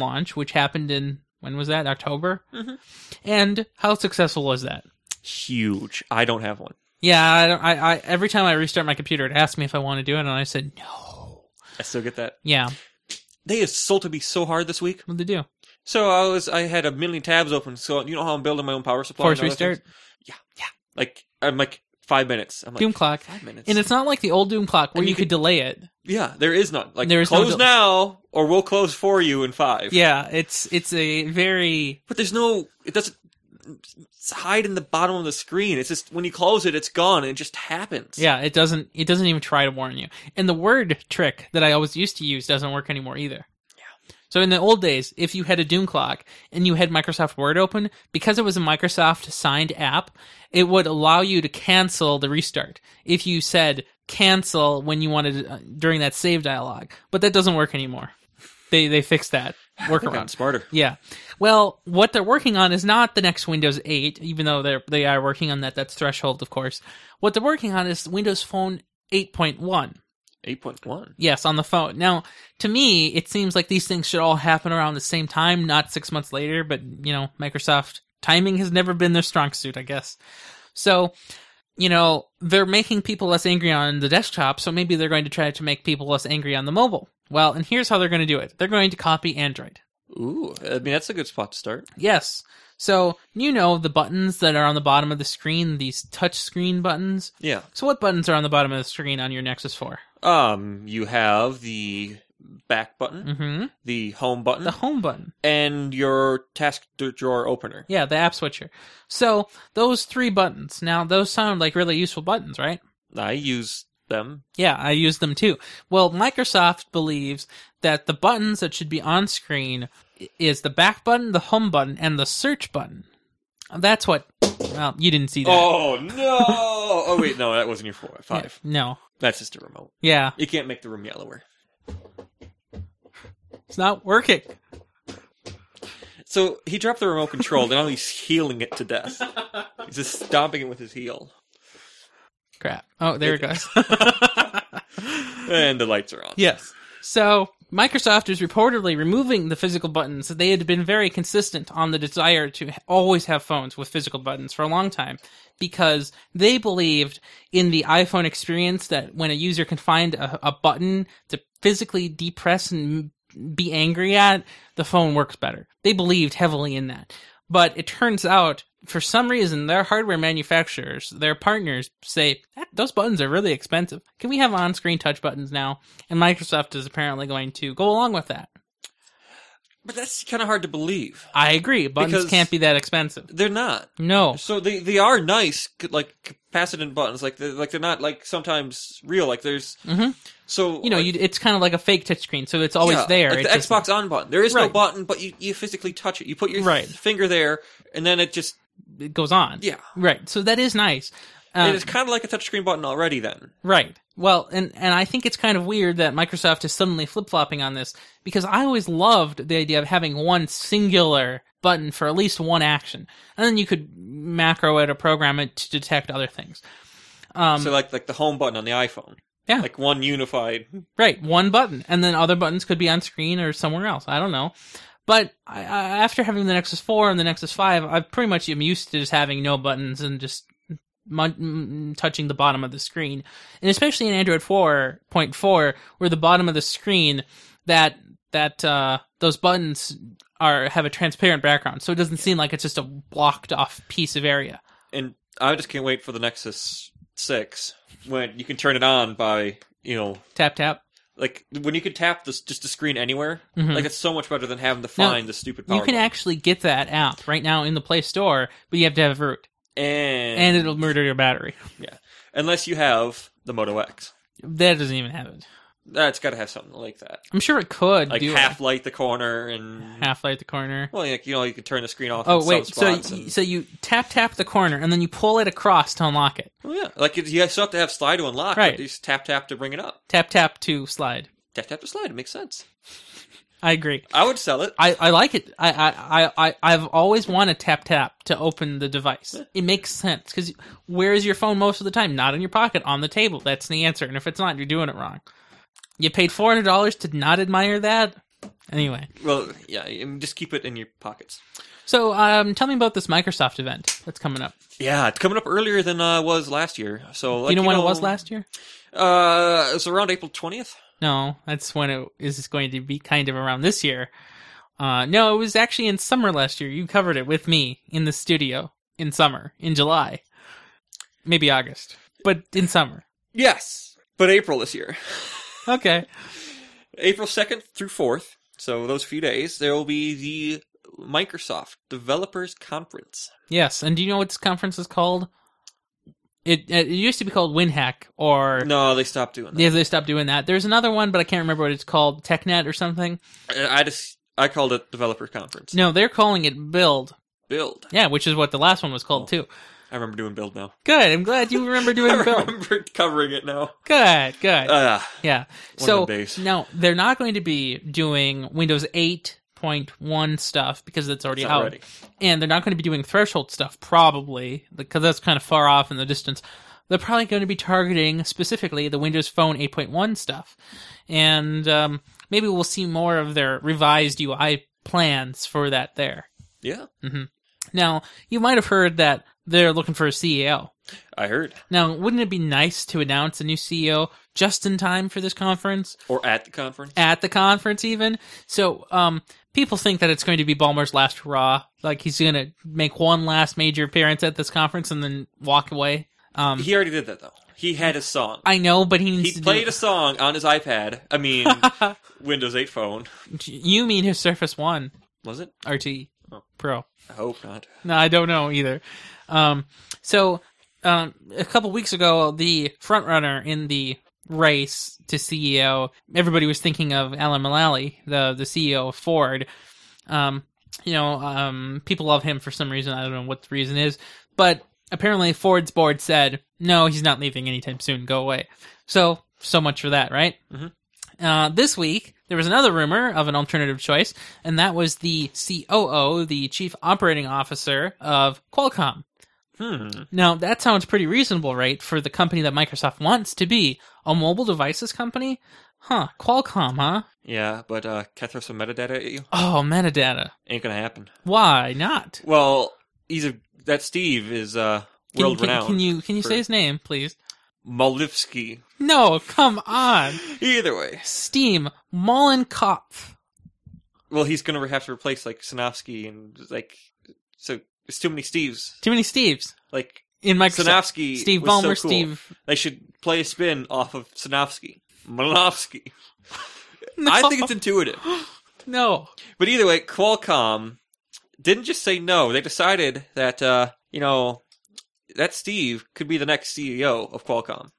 Speaker 2: launch, which happened in, when was that? October?
Speaker 1: Mhm.
Speaker 2: And how successful was that?
Speaker 1: Huge. I don't have one.
Speaker 2: Yeah, I, don't- I, I every time I restart my computer, it asks me if I want to do it, and I said no.
Speaker 1: I still get that.
Speaker 2: Yeah,
Speaker 1: They assaulted me so hard this week.
Speaker 2: what'd they do?
Speaker 1: So I was I had a million tabs open. So you know how I'm building my own power supply.
Speaker 2: Force
Speaker 1: and all that
Speaker 2: restart,
Speaker 1: things? Like I'm like five minutes. I'm like
Speaker 2: Doom clock,
Speaker 1: five minutes.
Speaker 2: and it's not like the old Doom clock where
Speaker 1: And
Speaker 2: you
Speaker 1: you
Speaker 2: could
Speaker 1: could-
Speaker 2: delay it.
Speaker 1: yeah, there is not like
Speaker 2: There is no
Speaker 1: close
Speaker 2: del-
Speaker 1: now or we'll close for you in five.
Speaker 2: Yeah, it's it's a very
Speaker 1: But there's no. It doesn't it's hide in the bottom of the screen. It's just when you close it, it's gone. It just happens.
Speaker 2: Yeah, it doesn't it doesn't even try to warn you. And the word trick that I always used to use doesn't work anymore either. Yeah. So in the old days, if you had a Doom clock and you had Microsoft Word open, because it was a Microsoft signed app, it would allow you to cancel the restart if you said cancel when you wanted uh, during that save dialog. But that doesn't work anymore. They they fixed that
Speaker 1: They've gotten
Speaker 2: workaround.
Speaker 1: smarter.
Speaker 2: Yeah. Well, what they're working on is not the next Windows 8, even though they're they are working on that. That's threshold, of course. What they're working on is Windows Phone 8.1.
Speaker 1: Eight point one.
Speaker 2: Yes, on the phone. Now, to me, it seems like these things should all happen around the same time, not six months later. But you know, Microsoft timing has never been their strong suit, I guess. So, you know, they're making people less angry on the desktop, so maybe they're going to try to make people less angry on the mobile. Well, and here's how they're going to do it. They're going to copy Android.
Speaker 1: Ooh, I mean that's a good spot to start.
Speaker 2: Yes. So you know the buttons that are on the bottom of the screen, these touch screen buttons.
Speaker 1: Yeah.
Speaker 2: So what buttons are on the bottom of the screen on your Nexus 4?
Speaker 1: Um, you have the back button,
Speaker 2: Mm-hmm.
Speaker 1: the home button,
Speaker 2: The home button.
Speaker 1: and your task d- drawer opener.
Speaker 2: Yeah, the app switcher. So those three buttons. Now those sound like really useful buttons, right?
Speaker 1: I use them.
Speaker 2: Yeah, I use them too. Well, Microsoft believes that the buttons that should be on screen i- is the back button, the home button, and the search button. That's what. Well, you didn't see that.
Speaker 1: Oh no! oh wait, no, that wasn't your four five.
Speaker 2: No.
Speaker 1: That's just a remote.
Speaker 2: Yeah,
Speaker 1: You can't make the room yellower.
Speaker 2: it's not working.
Speaker 1: So he dropped the remote control, and now he's healing it to death. He's just stomping it with his heel,
Speaker 2: Crap. Oh, there it
Speaker 1: It
Speaker 2: goes.
Speaker 1: and the lights are on.
Speaker 2: yes. So, Microsoft is reportedly removing the physical buttons. They had been very consistent on the desire to always have phones with physical buttons for a long time because they believed in the iPhone experience that when a user can find a, a button to physically depress and be angry at, the phone works better. They believed heavily in that. But it turns out, for some reason, their hardware manufacturers, their partners say, "That- those buttons are really expensive. Can we have on screen touch buttons now? And Microsoft is apparently going to go along with that.
Speaker 1: But that's kind of hard to believe.
Speaker 2: I agree. Buttons
Speaker 1: Because-
Speaker 2: can't be that expensive.
Speaker 1: They're not.
Speaker 2: No.
Speaker 1: So they they are nice, c- like capacitant buttons. Like they're, like they're not like sometimes real. Like there's
Speaker 2: Mhm.
Speaker 1: so
Speaker 2: You know,
Speaker 1: like,
Speaker 2: you, it's kind of like a fake touchscreen, so it's always
Speaker 1: yeah,
Speaker 2: there.
Speaker 1: Like the
Speaker 2: It's just-
Speaker 1: Xbox on button. There is no
Speaker 2: Right.
Speaker 1: button, but you, you physically touch it. You put your
Speaker 2: Right.
Speaker 1: finger there, and then it just
Speaker 2: it goes on.
Speaker 1: yeah.
Speaker 2: Right. So that is nice. Um,
Speaker 1: it is kind of like a touchscreen button already. Then
Speaker 2: Right. Well, and and I think it's kind of weird that Microsoft is suddenly flip flopping on this because I always loved the idea of having one singular button for at least one action, and then you could macro it or program it to detect other things. Um,
Speaker 1: so like like the home button on the iPhone.
Speaker 2: Yeah.
Speaker 1: like one unified.
Speaker 2: right, one button, and then other buttons could be on screen or somewhere else. I don't know. But I, I, after having the Nexus 4 and the Nexus 5, I pretty much am used to just having no buttons and just mon- mm, touching the bottom of the screen. And especially in Android 4.4, where the bottom of the screen that that uh, those buttons are have a transparent background, so it doesn't seem like it's just a blocked off piece of area.
Speaker 1: And I just can't wait for the Nexus Six when you can turn it on by you know
Speaker 2: Tap tap.
Speaker 1: like when you can tap this just the screen anywhere.
Speaker 2: Mhm.
Speaker 1: Like it's so much better than having to
Speaker 2: No,
Speaker 1: find the stupid. Power
Speaker 2: You can
Speaker 1: button.
Speaker 2: actually get that app right now in the Play Store, but you have to have root.
Speaker 1: And,
Speaker 2: and it'll murder your battery.
Speaker 1: yeah, unless you have the Moto X,
Speaker 2: That doesn't even have it.
Speaker 1: that's got to have something like that.
Speaker 2: I'm sure it could
Speaker 1: Like
Speaker 2: do
Speaker 1: half light the corner and
Speaker 2: half light the corner.
Speaker 1: well, like you know, you can turn the screen off.
Speaker 2: Oh
Speaker 1: in
Speaker 2: wait,
Speaker 1: some
Speaker 2: so
Speaker 1: spots
Speaker 2: y-
Speaker 1: and-
Speaker 2: so you tap tap the corner and then you pull it across to unlock it.
Speaker 1: Well, yeah, like it, you still have to have slide to unlock.
Speaker 2: Right.
Speaker 1: But you just tap tap to bring it up.
Speaker 2: Tap tap to slide.
Speaker 1: Tap tap to slide. It makes sense.
Speaker 2: I agree.
Speaker 1: I would sell it.
Speaker 2: I, I like it. I, I, I- I, I've always wanted tap tap to open the device. It makes sense because where is your phone most of the time? Not in your pocket, on the table. That's the answer. And if it's not, you're doing it wrong. You paid four hundred dollars to not admire that. Anyway,
Speaker 1: Well, yeah, and just keep it in your pockets.
Speaker 2: so um, tell me about this Microsoft event that's coming up.
Speaker 1: Yeah, it's coming up earlier than uh, was last year. So like,
Speaker 2: you know when it was last year?
Speaker 1: Uh, it was around April twentieth.
Speaker 2: No, that's when it is going to be kind of around this year. Uh, no, it was actually in summer last year. You covered it with me in the studio in summer, in July, maybe August, but in summer.
Speaker 1: Yes, but April this year,
Speaker 2: Okay.
Speaker 1: April second through fourth. So those few days, there will be the Microsoft Developers Conference.
Speaker 2: Yes. And do you know what this conference is called? It uh, it used to be called WinHack, or
Speaker 1: No, they stopped doing that.
Speaker 2: yeah, they stopped doing that. There's another one, but I can't remember what it's called, TechNet or something.
Speaker 1: I just I called it Developer Conference.
Speaker 2: No, they're calling it Build.
Speaker 1: Build.
Speaker 2: Yeah, which is what the last one was called too.
Speaker 1: I remember doing Build now.
Speaker 2: Good. I'm glad you remember
Speaker 1: Oh. I
Speaker 2: doing Build.
Speaker 1: remember covering it now.
Speaker 2: Good. Good.
Speaker 1: Uh,
Speaker 2: Yeah.
Speaker 1: One
Speaker 2: so
Speaker 1: of the days.
Speaker 2: no, they're not going to be doing Windows 8.1 stuff because that's already
Speaker 1: It's
Speaker 2: out,
Speaker 1: not ready.
Speaker 2: and they're not going to be doing threshold stuff probably because that's kind of far off in the distance. They're probably going to be targeting specifically the Windows Phone 8.1 stuff, and um, maybe we'll see more of their revised UI plans for that there.
Speaker 1: yeah,
Speaker 2: Now, you might have heard that they're looking for a CEO.
Speaker 1: I heard.
Speaker 2: Now, wouldn't it be nice to announce a new CEO just in time for this conference?
Speaker 1: Or at the conference.
Speaker 2: at the conference even. So um people think that it's going to be Ballmer's last hurrah. Like he's gonna make one last major appearance at this conference and then walk away. Um
Speaker 1: He already did that though. He had a song.
Speaker 2: I know, but he needs
Speaker 1: He
Speaker 2: to
Speaker 1: played
Speaker 2: do,
Speaker 1: a song on his iPad. I mean, Windows 8 phone.
Speaker 2: you mean his Surface One
Speaker 1: Was it?
Speaker 2: RT Pro.
Speaker 1: I hope not.
Speaker 2: No, I don't know either. Um, so um, a couple weeks ago, the front runner in the race to CEO, everybody was thinking of Alan Mulally, the the CEO of Ford. Um, you know, um, people love him for some reason. I don't know what the reason is, but apparently Ford's board said no, he's not leaving anytime soon. Go away. So so much for that, right? Uh, this week, there was another rumor of an alternative choice, and that was the COO, the Chief Operating Officer of Qualcomm.
Speaker 1: Hmm.
Speaker 2: Now, that sounds pretty reasonable, right, for the company that Microsoft wants to be a mobile devices company? Huh, Qualcomm, huh?
Speaker 1: Yeah, but uh, can I throw some metadata at you?
Speaker 2: Oh, metadata.
Speaker 1: Ain't gonna happen.
Speaker 2: Why not?
Speaker 1: Well, he's a that Steve is uh,
Speaker 2: Can,
Speaker 1: world
Speaker 2: can,
Speaker 1: renowned.
Speaker 2: can you can you
Speaker 1: for-
Speaker 2: say his name, please?
Speaker 1: Malivsky.
Speaker 2: No, come on.
Speaker 1: Either way,
Speaker 2: Steam Mollenkopf.
Speaker 1: well, he's gonna have to replace like Sanofsky and like so. It's too many Steves.
Speaker 2: Too many Steves
Speaker 1: Like
Speaker 2: in Microsoft.
Speaker 1: Sanofsky.
Speaker 2: Steve
Speaker 1: was so
Speaker 2: Ballmer,
Speaker 1: cool.
Speaker 2: Steve.
Speaker 1: They should play a spin off of Sanofsky. Malofsky.
Speaker 2: No,
Speaker 1: I think it's intuitive.
Speaker 2: no.
Speaker 1: But either way, Qualcomm didn't just say no. They decided that uh, you know that Steve could be the next CEO of Qualcomm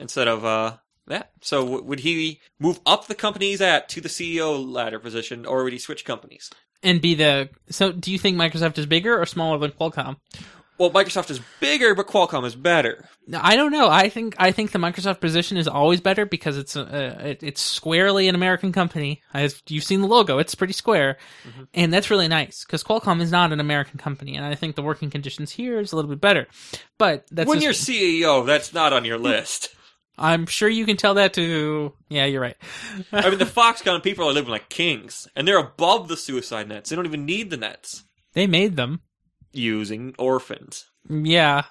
Speaker 1: instead of uh, that. So w- would he move up the company he's at to the CEO ladder position, or would he switch companies?
Speaker 2: and be the so do you think microsoft is bigger or smaller than qualcomm
Speaker 1: Well, Microsoft is bigger, but Qualcomm is better.
Speaker 2: No, i don't know i think i think the microsoft position is always better because it's uh, it, it's squarely an american company as you've seen the logo it's pretty square
Speaker 1: Mm-hmm.
Speaker 2: and that's really nice because qualcomm is not an american company and i think the working conditions here is a little bit better but that's
Speaker 1: when
Speaker 2: just-
Speaker 1: you're CEO, E that's not on your list.
Speaker 2: i'm sure you can tell that to yeah you're right
Speaker 1: I mean, the Foxconn people are living like kings, and they're above the suicide nets. They don't even need the nets.
Speaker 2: they made them
Speaker 1: Using orphans.
Speaker 2: Yeah.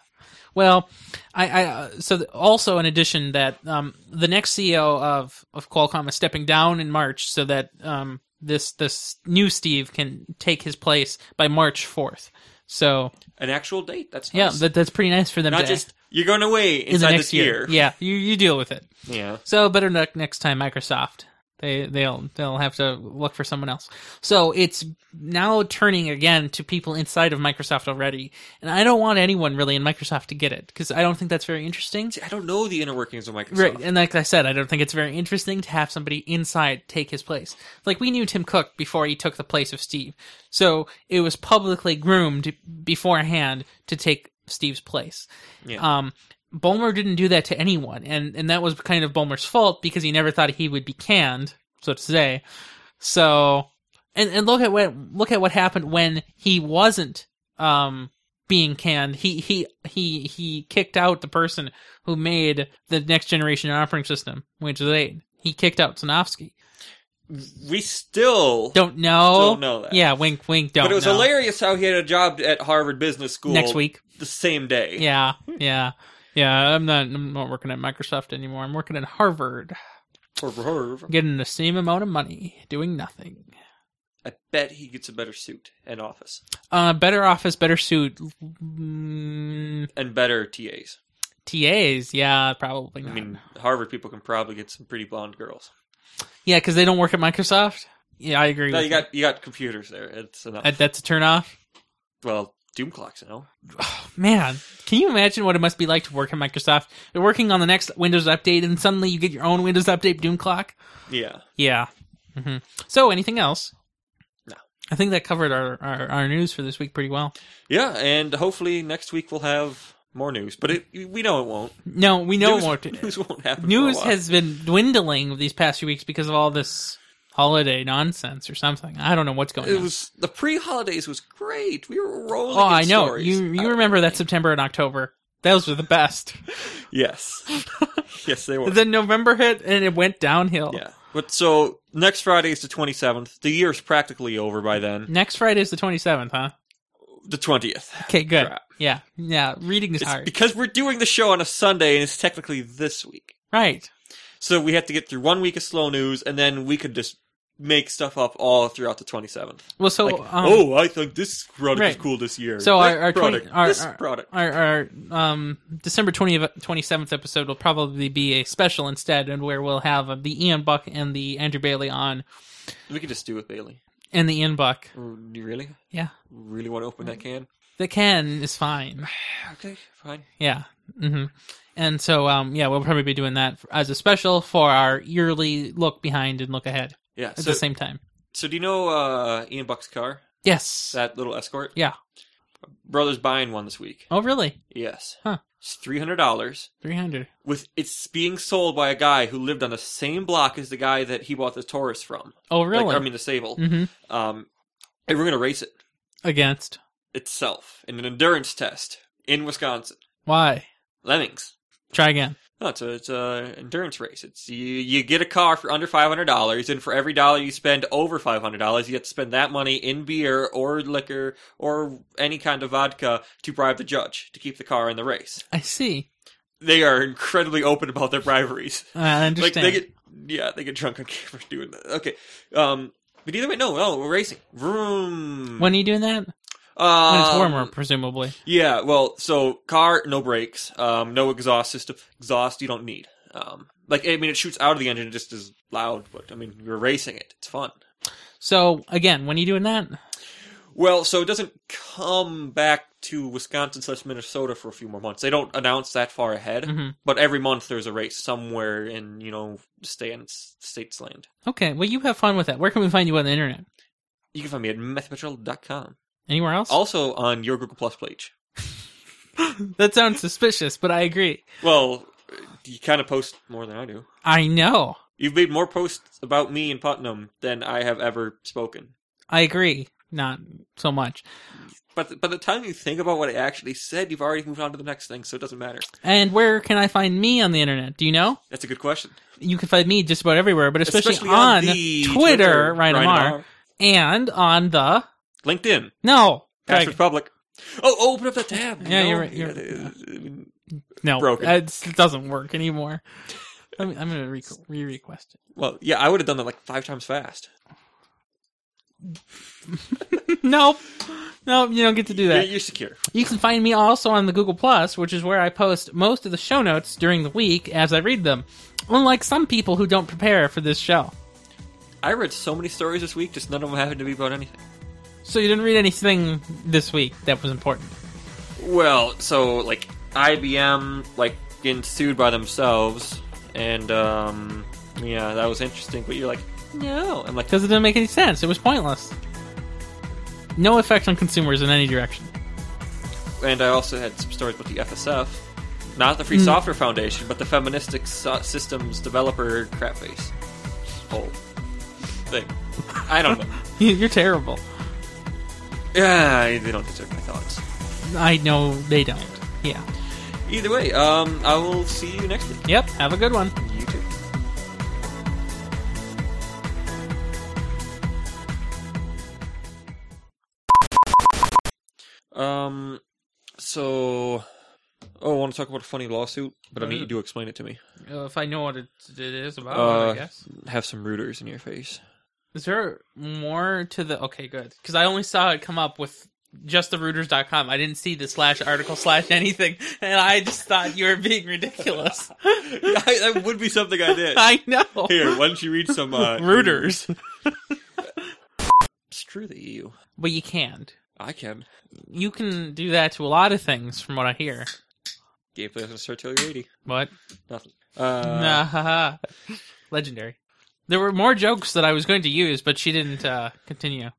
Speaker 2: Well, I, I uh, so th- also in addition that um, the next CEO of of Qualcomm is stepping down in March, so that um, this this new Steve can take his place by March fourth. So
Speaker 1: An actual date. That's
Speaker 2: yeah,
Speaker 1: nice.
Speaker 2: that, that's pretty nice for them.
Speaker 1: Not
Speaker 2: to
Speaker 1: just you're going away
Speaker 2: in the
Speaker 1: inside
Speaker 2: next
Speaker 1: this year.
Speaker 2: Yeah, you you deal with it.
Speaker 1: Yeah.
Speaker 2: So better luck next time, Microsoft. They they'll they'll have to look for someone else. So it's now turning again to people inside of Microsoft already, and I don't want anyone really in Microsoft to get it because I don't think that's very interesting.
Speaker 1: See, I don't know the inner workings of Microsoft.
Speaker 2: Right, and like I said, I don't think it's very interesting to have somebody inside take his place. Like we knew Tim Cook before he took the place of Steve, so it was publicly groomed beforehand to take Steve's place.
Speaker 1: Yeah.
Speaker 2: Um, Bulmer didn't do that to anyone, and and that was kind of Bulmer's fault because he never thought he would be canned, so to say. So, and and look at what look at what happened when he wasn't um being canned. He he he he kicked out the person who made the next generation operating system, Windows 8. He kicked out Sanofsky.
Speaker 1: we still
Speaker 2: Don't know.
Speaker 1: Don't know that.
Speaker 2: Yeah, wink wink. Don't.
Speaker 1: But it was
Speaker 2: know.
Speaker 1: hilarious how he had a job at Harvard Business School
Speaker 2: Next week.
Speaker 1: the same day.
Speaker 2: Yeah, yeah, yeah. I'm not. I'm not working at Microsoft anymore. I'm working at Harvard,
Speaker 1: For Harvard.
Speaker 2: getting the same amount of money, doing nothing.
Speaker 1: I bet he gets a better suit and office
Speaker 2: Uh, better office, better suit. Mm,
Speaker 1: and better TAs.
Speaker 2: TAs, yeah, probably not.
Speaker 1: I mean, Harvard people can probably get some pretty blonde girls.
Speaker 2: yeah, because they don't work at Microsoft. Yeah, I agree.
Speaker 1: No,
Speaker 2: with
Speaker 1: you got you got computers there. It's enough.
Speaker 2: that, that's a turn off.
Speaker 1: well, Doom clocks, you know.
Speaker 2: Man, can you imagine what it must be like to work at Microsoft? You're working on the next Windows update, and suddenly you get your own Windows update doom clock.
Speaker 1: Yeah.
Speaker 2: Yeah. hmm So, anything else?
Speaker 1: No.
Speaker 2: I think that covered our, our, our news for this week pretty well.
Speaker 1: Yeah, and hopefully next week we'll have more news, but it, we know it won't.
Speaker 2: No, we know
Speaker 1: news,
Speaker 2: it won't.
Speaker 1: news won't happen. for a
Speaker 2: news
Speaker 1: while.
Speaker 2: has been dwindling these past few weeks because of all this holiday nonsense or something. I don't know what's going
Speaker 1: It
Speaker 2: on.
Speaker 1: was the pre-holidays was great. We were rolling.
Speaker 2: oh,
Speaker 1: in
Speaker 2: I know.
Speaker 1: stories.
Speaker 2: You you remember that September and October? Those were the best.
Speaker 1: Yes, yes, they were.
Speaker 2: then November hit and it went downhill.
Speaker 1: yeah, but so next Friday is the twenty seventh. The year's practically over by then.
Speaker 2: Next Friday is the twenty seventh, huh?
Speaker 1: The twentieth.
Speaker 2: Okay, good.
Speaker 1: Crap.
Speaker 2: Yeah, yeah. Reading is
Speaker 1: It's
Speaker 2: hard,
Speaker 1: because we're doing the show on a Sunday, and it's technically this week.
Speaker 2: right?
Speaker 1: So we have to get through one week of slow news, and then we could just make stuff up all throughout the twenty seventh.
Speaker 2: Well, so
Speaker 1: Like,
Speaker 2: um,
Speaker 1: oh, I think this product
Speaker 2: right.
Speaker 1: is cool this year.
Speaker 2: So
Speaker 1: That
Speaker 2: our our, 20
Speaker 1: product,
Speaker 2: our,
Speaker 1: this
Speaker 2: our-
Speaker 1: product.
Speaker 2: our, our, um December 20th, 27th episode will probably be a special instead, and where we'll have uh, the Ian Buck and the Andrew Bailey on,
Speaker 1: We could just do it, Bailey.
Speaker 2: and the Ian Buck.
Speaker 1: Oh, You really,
Speaker 2: Yeah,
Speaker 1: really want to open that can?
Speaker 2: the Ken is fine.
Speaker 1: Okay, fine.
Speaker 2: Yeah. hmm And so um yeah, we'll probably be doing that as a special for our yearly look behind and look ahead
Speaker 1: Yeah.
Speaker 2: at
Speaker 1: so,
Speaker 2: the same time.
Speaker 1: so do you know uh, Ian Buck's car?
Speaker 2: Yes.
Speaker 1: That little escort.
Speaker 2: yeah.
Speaker 1: Brothers buying one this week.
Speaker 2: Oh really?
Speaker 1: Yes.
Speaker 2: Huh.
Speaker 1: It's three hundred dollars.
Speaker 2: 300.
Speaker 1: With it's being sold by a guy who lived on the same block as the guy that he bought the Taurus from.
Speaker 2: Oh
Speaker 1: Like,
Speaker 2: really?
Speaker 1: I mean the Sable.
Speaker 2: mhm.
Speaker 1: Um, and we're gonna race it
Speaker 2: Against.
Speaker 1: itself in an endurance test in Wisconsin.
Speaker 2: Why?
Speaker 1: Lemmings.
Speaker 2: Try again.
Speaker 1: No, it's a it's a endurance race. It's you you get a car for under five hundred dollars, and for every dollar you spend over five hundred dollars, you have to spend that money in beer or liquor or any kind of vodka to bribe the judge to keep the car in the race.
Speaker 2: I see.
Speaker 1: They are incredibly open about their briberies.
Speaker 2: I
Speaker 1: Like
Speaker 2: understand.
Speaker 1: they get yeah they get drunk on camera doing that. Okay, um, but either way, no, no, we're racing. Vroom.
Speaker 2: when are you doing that? When it's
Speaker 1: Um,
Speaker 2: warmer, presumably.
Speaker 1: Yeah, well, so car, no brakes, um, no exhaust system. Exhaust you don't need. Um, like I mean, it shoots out of the engine just as loud, but I mean, you're racing it. It's fun.
Speaker 2: So again, when are you doing that?
Speaker 1: Well, so it doesn't come back to Wisconsin slash Minnesota for a few more months. They don't announce that far ahead,
Speaker 2: Mhm.
Speaker 1: but every month there's a race somewhere in you know stay in states land.
Speaker 2: Okay. Well, you have fun with that. Where can we find you on the internet?
Speaker 1: You can find me at methmetrol.com.
Speaker 2: Anywhere else?
Speaker 1: Also on your Google Plus page.
Speaker 2: that sounds suspicious, but I agree.
Speaker 1: Well, you kind of post more than I do.
Speaker 2: I know.
Speaker 1: You've made more posts about me and Putnam than I have ever spoken.
Speaker 2: I agree. Not so much.
Speaker 1: But th- by the time you think about what I actually said, you've already moved on to the next thing, so it doesn't matter.
Speaker 2: And where can I find me on the internet? Do you know?
Speaker 1: That's a good question.
Speaker 2: You can find me just about everywhere, but especially, on,
Speaker 1: the
Speaker 2: Twitter, Ryan,
Speaker 1: Ryan
Speaker 2: Amar,
Speaker 1: Amar.
Speaker 2: and on the
Speaker 1: LinkedIn,
Speaker 2: no,
Speaker 1: Password
Speaker 2: Greg,
Speaker 1: Public. Oh, oh, open up that tab. you
Speaker 2: Yeah,
Speaker 1: know?
Speaker 2: you're right, you're
Speaker 1: Yeah.
Speaker 2: no,
Speaker 1: broken.
Speaker 2: it's- it doesn't work anymore. I'm, I'm gonna re- re-request
Speaker 1: Well, yeah, I would have done that like five times fast.
Speaker 2: it. nope, nope, you don't get to do
Speaker 1: You're,
Speaker 2: that.
Speaker 1: you're secure.
Speaker 2: You can find me also on the Google Plus, which is where I post most of the show notes during the week as I read them. Unlike some people who don't prepare for this show.
Speaker 1: I read so many stories this week, just none of them happened to be about anything.
Speaker 2: So you didn't read anything this week that was important.
Speaker 1: Well, so like IBM like getting sued by themselves, and um, yeah, that was interesting. But you're like, no, I'm like,
Speaker 2: Because it didn't make any sense. It was pointless. No effect on consumers in any direction.
Speaker 1: and I also had some stories about the FSF, not the Free Software Foundation, but the feministic so- systems developer crapface whole thing. I don't know.
Speaker 2: You- You're terrible.
Speaker 1: Yeah, they don't deserve my thoughts.
Speaker 2: I know they don't. Yeah.
Speaker 1: Either way, um, I will see you next week.
Speaker 2: Yep. Have a good one.
Speaker 1: You too. Um, so, oh, I want to talk about a funny lawsuit, but I need you to explain it to me.
Speaker 2: Uh, if I know what it, it is about,
Speaker 1: Uh,
Speaker 2: I guess.
Speaker 1: Have some rooters in your face.
Speaker 2: Is there more to the? Okay, good. Because I only saw it come up with just the rooters.com. I didn't see the slash article slash anything, and I just thought you were being ridiculous.
Speaker 1: I, that would be something I did.
Speaker 2: I know.
Speaker 1: Here, why don't you read some uh,
Speaker 2: rooters,
Speaker 1: Screw the EU.
Speaker 2: but you can't.
Speaker 1: I can.
Speaker 2: You can do that to a lot of things, from what I hear.
Speaker 1: Gameplay doesn't start till you're 80.
Speaker 2: But
Speaker 1: Nothing. Uh,
Speaker 2: nah, haha. legendary. There were more jokes that I was going to use, but she didn't uh, continue.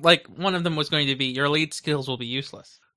Speaker 2: Like one of them was going to be your lead skills will be useless.